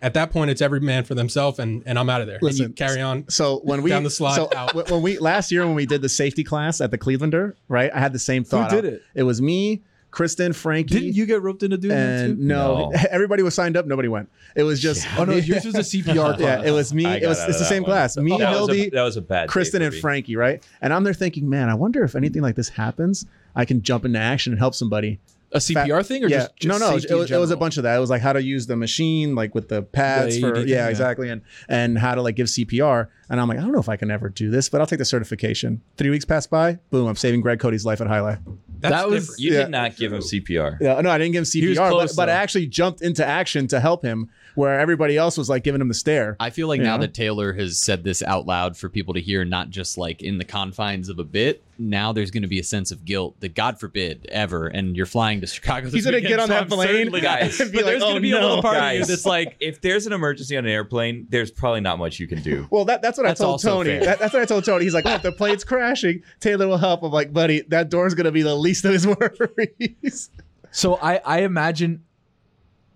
S10: at that point, it's every man for themselves, and and I'm out of there. and
S5: Listen,
S10: you carry on.
S5: So when we
S10: Down the slide,
S5: so
S10: out.
S5: when- when we last year when we did the safety class at the Clevelander, right? I had the same thought.
S2: did it?
S5: It was me, Kristen, Frankie.
S2: Didn't you get roped into doing that
S5: and
S2: too?
S5: no,
S4: No.
S5: everybody was signed up. Nobody went. It was just
S2: Oh no, yours was a CPR class.
S5: yeah. It was me.
S4: I
S5: It
S4: got
S5: was
S4: out
S5: it's
S4: of
S5: the
S4: that
S5: same
S4: one.
S5: class. Me,
S4: that, was a,
S5: Hildy,
S4: that was a bad. day
S5: Kristen,
S4: for
S5: and
S4: me.
S5: Frankie. Right, and I'm there thinking, man, I wonder if anything like this happens, I can jump into action and help somebody.
S2: a CPR thing or
S5: yeah.
S2: just, just
S5: no, no, it was,
S2: safety
S5: it
S2: in
S5: was- it was a
S2: general?
S5: bunch of that. It was like how to use the machine, like with the pads
S2: The AED
S5: for yeah,
S2: thing, yeah.
S5: exactly, and and how to like give CPR. And I'm like, I don't know if I can ever do this, but I'll take the certification. Three weeks pass by, boom, I'm saving Greg Cody's life at High Life.
S10: That's
S2: That was-
S10: different.
S4: You
S5: Yeah.
S4: did not give him CPR.
S5: Yeah, no, I didn't give him
S2: was
S5: CPR,
S2: close,
S5: but, but I
S2: though.
S5: actually jumped into action to help him, where everybody else was like giving him the stare.
S6: I feel like
S5: Yeah.
S6: now that Taylor has said this out loud for people to hear, not just like in the confines of a bit, now there's going to be a sense of guilt that God forbid ever. And you're flying to Chicago. This
S5: He's gonna
S6: weekend,
S5: get on
S6: so
S5: that
S6: I'm
S5: plane,
S6: certainly not-
S4: guys.
S5: and be
S6: but
S5: like,
S6: there's going
S5: "Oh,
S6: to be a
S5: no."
S6: little part of you
S4: Guys.
S6: that's like,
S4: If there's an emergency on an airplane, there's probably not much you can do.
S5: Well, that, that's what
S6: That's
S5: I told
S6: also
S5: Tony.
S6: fair.
S5: That, that's what I told Tony. He's like, "Oh, if the plane's crashing, Taylor will help." I'm like, "Buddy, that door's gonna be the least of his worries."
S2: So I, I imagine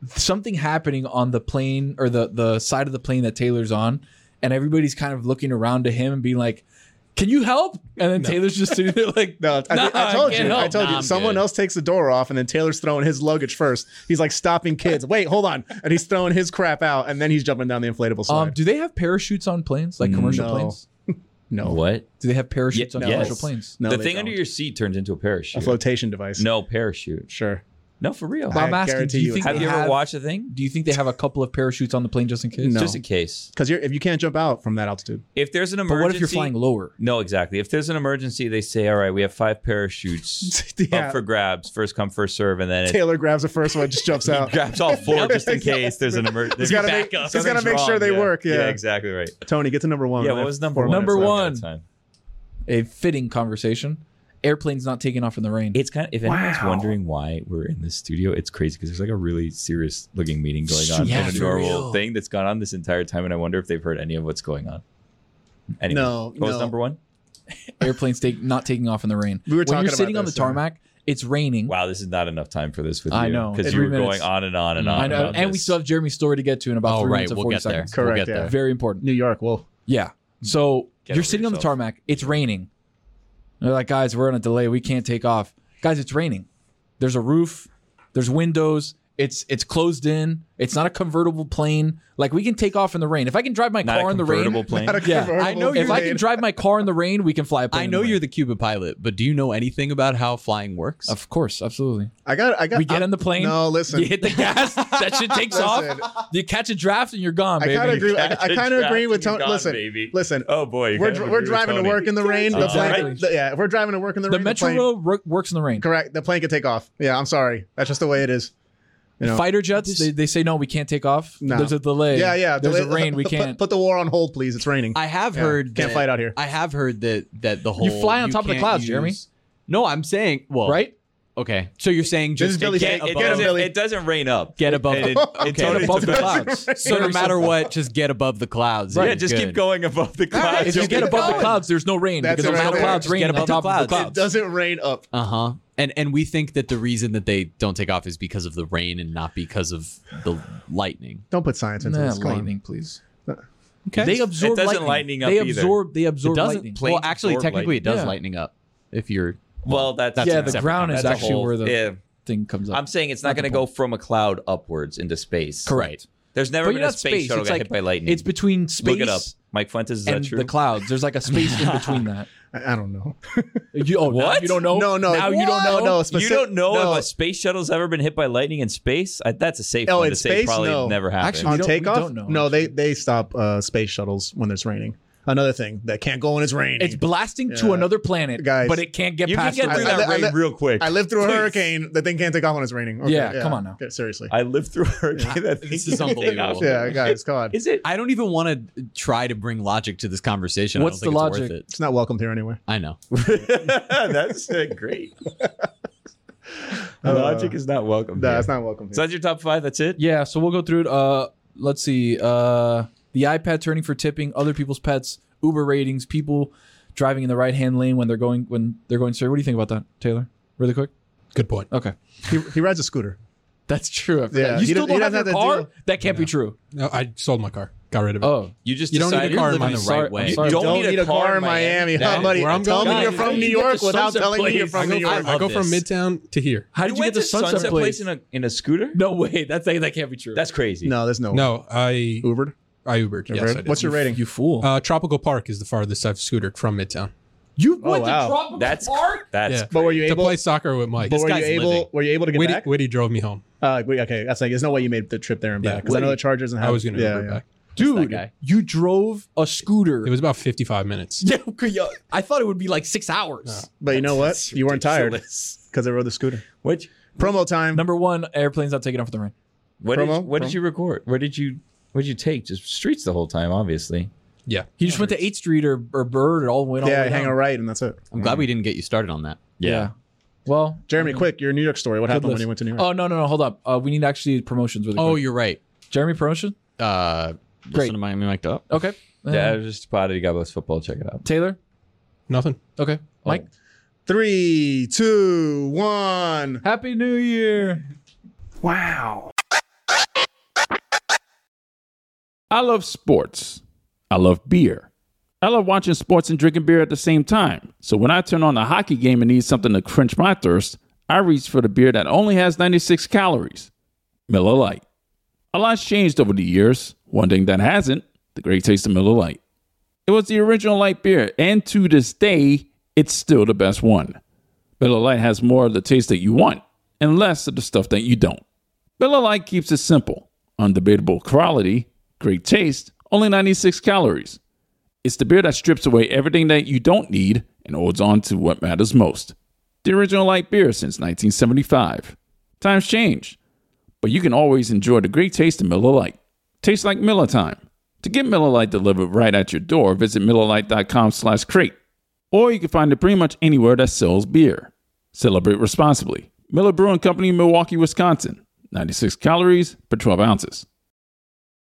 S2: something happening on the plane or the the side of the plane that Taylor's on, and everybody's kind of looking around to him and being like, "Can you help?" And then Taylor's just sitting there like,
S5: No, I,
S2: "Nah,
S5: I told you.
S2: can't
S5: I
S2: help."
S5: told
S6: Nah,
S5: you.
S6: I'm
S5: Someone
S6: good.
S5: else takes the door off, and then Taylor's throwing his luggage first. He's like stopping kids. Wait, hold on, and he's throwing his crap out, and then he's jumping down the inflatable slide.
S2: Um, do they have parachutes on planes like commercial
S5: No.
S2: planes?
S5: no,
S4: What?
S2: Do they have parachutes
S4: Ye-
S2: on
S4: yes.
S2: commercial planes?
S5: No,
S4: the
S5: they
S4: thing under
S5: don't.
S4: your seat turns into a
S5: a
S4: parachute.
S5: flotation device.
S4: No parachute.
S5: sure.
S4: No, for real.
S5: I
S2: I'm asking,
S5: guarantee
S2: do you
S5: you
S2: think
S5: it's
S4: Have
S2: they
S4: you ever
S2: have-
S4: watched a thing?
S2: Do you think they have a couple of parachutes on the plane just in case?
S5: No.
S4: Just in case.
S5: Because if you can't jump out from that altitude,
S4: If there's an
S2: But
S4: emergency,
S2: what if you're flying lower?
S4: No, exactly. If there's an emergency, they say, "All right, we have five parachutes
S5: Yeah.
S4: up for grabs, first come, first serve," and then it
S5: Taylor grabs the first one, just jumps out.
S4: grabs all four just in case there's an emergency.
S5: He's gotta make- he's gotta make sure they work, yeah.
S4: exactly right.
S5: Tony, get to number one.
S4: Yeah,
S5: We
S4: what
S5: have
S4: was number
S5: four
S4: one?
S5: minutes
S2: Number
S5: left.
S2: one.
S4: That time.
S2: A fitting conversation. Airplanes not taking off in the rain.
S4: It's kind of if anyone's wondering why we're in this studio, it's crazy because there's like a really serious looking meeting going on
S2: Yeah,
S4: in a
S2: for
S4: normal
S2: real.
S4: thing that's gone on this entire time, and I wonder if they've heard any of what's going on. Anyway,
S5: No,
S4: what was
S5: no.
S4: number one?
S2: Airplanes take not taking off in the rain.
S5: We were
S2: when
S5: talking
S2: you're
S5: about
S2: sitting on the
S5: this, uh, yeah.
S2: tarmac. It's raining.
S4: Wow, this is not enough time for this with
S2: I
S4: you
S2: know.
S4: because you
S2: Three
S4: were
S2: minutes.
S4: going on and on and on.
S2: I know,
S4: about
S2: and we
S4: this.
S2: still have Jeremy's story to get to in about
S6: oh,
S2: three
S6: right.
S2: minutes and
S6: We'll
S2: 40
S6: get there.
S2: seconds.
S5: Correct,
S6: We'll get
S5: yeah.
S6: there.
S2: Very important.
S5: New York. Well,
S2: Yeah. So
S4: Get
S2: you're
S4: over
S2: sitting on the
S4: yourself.
S2: tarmac. It's raining. They're like, guys, we're on a delay. We can't take off. Guys, it's raining. There's a roof. There's windows. It's it's closed in. It's not a convertible plane. Like we can take off in the rain. If I can drive my
S4: not
S2: car
S4: a
S2: in the rain,
S4: convertible plane.
S2: yeah, I know. If
S5: you
S2: I can drive my car in the rain, we can fly a plane.
S6: I
S2: in
S6: know
S2: the rain.
S6: you're the Cuban pilot, but do you know anything about how flying works?
S2: Of course, absolutely.
S5: I got. I got.
S2: We get
S5: I-
S2: on the plane.
S5: No, listen.
S2: You hit the gas. that shit takes
S5: Listen.
S2: off. You catch a draft and you're gone,
S5: I
S2: baby.
S5: kind of agree. I, I kind of agree with
S4: You're
S5: Tony.
S4: gone,
S5: Listen,
S4: baby.
S5: listen.
S4: Oh boy, you
S5: we're
S4: kind of
S5: dr-
S4: agree
S5: we're
S4: with
S5: driving to
S4: Tony.
S5: work in the rain. The plane,
S2: Exactly.
S5: the- yeah, if we're driving to work in the,
S2: the
S5: rain.
S2: metro
S5: plane,
S2: rail ro- works in the rain.
S5: correct. The plane can take off. Yeah, I'm sorry. That's just the way it is. You know.
S2: Fighter jets, they, they say no, we can't take off.
S5: No.
S2: There's a delay.
S5: Yeah, yeah.
S2: There's
S5: Delay-
S2: a rain, we
S5: put-
S2: can't.
S5: Put the war on hold, please. It's raining.
S6: I have
S5: Yeah,
S6: heard
S5: can't
S6: that-
S5: fight out here.
S6: I have heard that that the whole
S2: fly on top of the
S6: can't
S2: clouds,
S6: use-
S2: Jeremy.
S6: No, I'm saying well,
S2: right?
S6: Okay, so you're saying
S5: This
S6: just
S5: is Billy
S6: get,
S5: Shank-
S6: above,
S4: It
S5: Get him,
S4: doesn't,
S5: Billy.
S4: it doesn't rain up.
S6: get above,
S4: And it-
S6: okay,
S4: it's totally
S2: above the
S4: depends-
S2: clouds.
S6: So no matter what, just get above the clouds.
S4: Yeah,
S6: You're
S4: just
S6: good.
S4: keep going above the
S5: right,
S4: clouds.
S2: If you
S5: Just
S2: get
S5: keep
S2: above the
S5: going.
S2: clouds, there's no rain
S5: That's
S2: because
S5: it
S2: there's
S5: right
S2: no
S5: there.
S2: clouds
S5: Just
S2: rain
S6: get
S2: on
S6: above the
S2: top of the
S6: clouds.
S5: it
S2: clouds.
S5: doesn't rain up.
S6: Uh huh. And and we think that the reason that they don't take off is because of the rain and not because of the lightning.
S5: Don't put science into
S2: Nah,
S5: this. Come on.
S2: lightning, please.
S6: Okay.
S2: They absorb
S4: doesn't
S2: lightning.
S4: lightning up
S2: they
S4: either.
S2: absorb. They
S6: it
S2: absorb
S6: doesn't.
S2: lightning.
S6: well, actually,
S4: absorb
S6: technically, it does
S2: lightning. Yeah.
S6: lightning up if you're.
S4: Well, that's,
S6: That's
S2: yeah,
S6: a
S2: the
S6: separate
S2: ground
S6: comment.
S2: is
S4: That's a
S2: actually
S4: whole-
S2: where the
S4: yeah.
S2: thing comes up.
S4: I'm saying it's not
S2: Not the
S4: going to go from a cloud upwards into space.
S6: Correct.
S4: There's never
S2: but
S4: been
S2: you're
S4: a
S2: not
S4: space,
S2: space.
S4: shuttle
S2: It's
S4: got
S2: like
S4: hit by lightning.
S2: it's between space
S4: Look it up. Mike Fuentes, is that
S2: and
S4: true?
S2: the clouds. There's like a space in between that.
S5: I, I don't know.
S2: You, oh, now
S4: What?
S2: You don't know?
S5: No, no.
S2: Now you don't know.
S5: No,
S4: you
S5: specific-
S4: don't know
S5: no.
S4: if a space shuttle's ever been hit by lightning in space? I, that's a safe
S5: Oh,
S4: one
S5: in
S4: to say
S5: space?
S4: probably
S5: No.
S4: never happened.
S2: Actually,
S5: on
S2: don't- we
S5: takeoff?
S2: don't know,
S5: no, they they stop uh, space shuttles when there's raining. Another thing that can't go when it's raining.
S2: It's blasting to
S5: Yeah.
S2: another planet,
S5: Guys.
S2: but it can't get
S4: you can
S2: past.
S4: get
S2: the-
S4: through
S5: I-
S4: that
S5: I- I-
S4: rain real quick.
S5: I lived through a
S4: Please.
S5: hurricane. The thing can't take off when it's raining. Okay,
S2: Yeah, come on now.
S5: Okay, seriously.
S4: I lived through a hurricane. That thing
S6: This is
S4: can take
S6: unbelievable.
S4: off.
S5: yeah, guys, come on.
S4: Is it?
S6: I don't even want to try to bring logic to this conversation. I
S2: What's
S6: don't
S2: the
S6: think it's
S2: logic?
S6: Worth it.
S5: It's not welcomed here anyway.
S6: I know.
S4: that's uh, great. Logic is not welcome.
S5: No,
S4: here.
S5: Uh, it's not welcome
S4: So
S5: here.
S4: that's your top five. That's it.
S2: Yeah, so we'll go through it. Uh, let's see. Uh, the iPad turning for tipping, other people's pets, Uber ratings, people driving in the right hand lane when they're going when they're going straight. What do you think about that, Taylor? Really quick.
S10: Good point.
S2: Okay,
S5: He, he rides a scooter.
S2: that's true. I forgot.
S5: Yeah,
S2: you
S5: he
S2: still
S5: does-
S2: don't
S5: he
S2: have your
S5: doesn't have
S2: car.
S5: to do-
S2: That can't be true.
S10: No, I sold my car. Got rid of it.
S2: Oh,
S4: You just
S10: You don't need
S4: decided
S10: a
S4: you're
S10: car
S4: living
S10: in Miami.
S4: the
S2: Sorry,
S4: right way.
S2: I'm sorry.
S4: You don't, need, a car, in Miami,
S5: huh,
S4: That-
S5: buddy?
S10: where I'm
S5: Tell
S10: going
S5: me you're
S10: is-
S5: from
S10: you
S5: New
S2: get
S5: York
S2: to
S5: without
S2: Sunset
S5: telling
S2: Place.
S5: me you're from
S2: I go-
S5: New York.
S6: I
S10: I go
S6: love
S10: from
S6: this.
S10: Midtown to here.
S2: how did
S4: You
S2: you,
S4: went
S2: get the
S4: to
S2: sunset, place?
S4: in a in a scooter?
S2: no way. That's that, that can't be true.
S4: that's crazy.
S5: No, there's no,
S10: No, I
S5: Ubered.
S10: I Ubered. Yes, I
S5: Ubered?
S10: did.
S5: What's your rating?
S2: you fool.
S10: uh, Tropical Park is the farthest I've scootered from Midtown.
S2: You
S5: Oh,
S2: went
S5: wow.
S2: to Tropical
S4: That's-
S2: Park?
S4: That's
S10: yeah.
S5: But were you
S10: to
S5: able?
S10: play soccer with Mike.
S5: but were you
S3: guy's
S5: able?
S3: living.
S5: Were you able to get
S10: Whitty,
S5: back?
S10: Whitty drove me home.
S5: Uh, wait, okay, that's like there's no way you made the trip there and
S10: Yeah,
S5: back because I know the Chargers and how
S10: I was going to
S5: yeah,
S10: Uber
S5: yeah.
S10: back.
S6: that
S2: Dude,
S6: guy.
S2: you drove a
S10: It
S2: scooter.
S10: was about 55 minutes.
S6: Yeah, okay, yeah. I thought it would be like six hours.
S5: But you know what? You weren't tired because I rode the scooter.
S4: Which
S5: Promo time.
S2: Number one, airplane's not taking off the rain.
S4: what
S5: Promo?
S4: did what did
S5: Promo?
S4: you record? What did you what did you take? Just streets the whole time, obviously.
S10: Yeah.
S2: He just went to 8th Street or, or Bird or all the way all the
S5: yeah,
S2: way
S5: hang
S2: down.
S5: a right and that's it.
S6: I'm glad we didn't get you started on that.
S2: Yeah. Well,
S5: Jeremy, quick, your New York story. What happened
S2: Mm-hmm.
S5: when
S2: list.
S5: you went to New York?
S2: oh, no, no, no. Hold up. Uh, we need actually promotions really quick.
S6: Oh, you're right.
S2: Jeremy promotion?
S6: Uh,
S2: Great.
S6: Listen to Miami Mike up.
S2: Okay. Uh,
S4: Yeah, I was just spotted got both football. Check it out.
S2: Taylor?
S10: Nothing.
S2: Okay. Mike?
S5: Three, two, one.
S2: Happy New Year.
S8: I love sports. I love beer. I love watching sports and drinking beer at the same time. So when I turn on a hockey game and need something to quench my thirst, I reach for the beer that only has 96 calories Miller Lite. A lot's changed over the years. One thing that hasn't the great taste of Miller Lite. It was the original light beer, and to this day, it's still the best one. Miller Lite has more of the taste that you want and less of the stuff that you don't. Miller Lite keeps it simple, undebatable quality, great taste, only 96 calories. It's the beer that strips away everything that you don't need and holds on to what matters most. The original light beer since 1975. Times change, but you can always enjoy the great taste of Miller Lite. Tastes like Miller time. To get Miller Lite delivered right at your door, visit MillerLite.com slash crate. Or you can find it pretty much anywhere that sells beer. Celebrate responsibly. Miller Brewing Company, Milwaukee, Wisconsin. 96 calories per 12 ounces.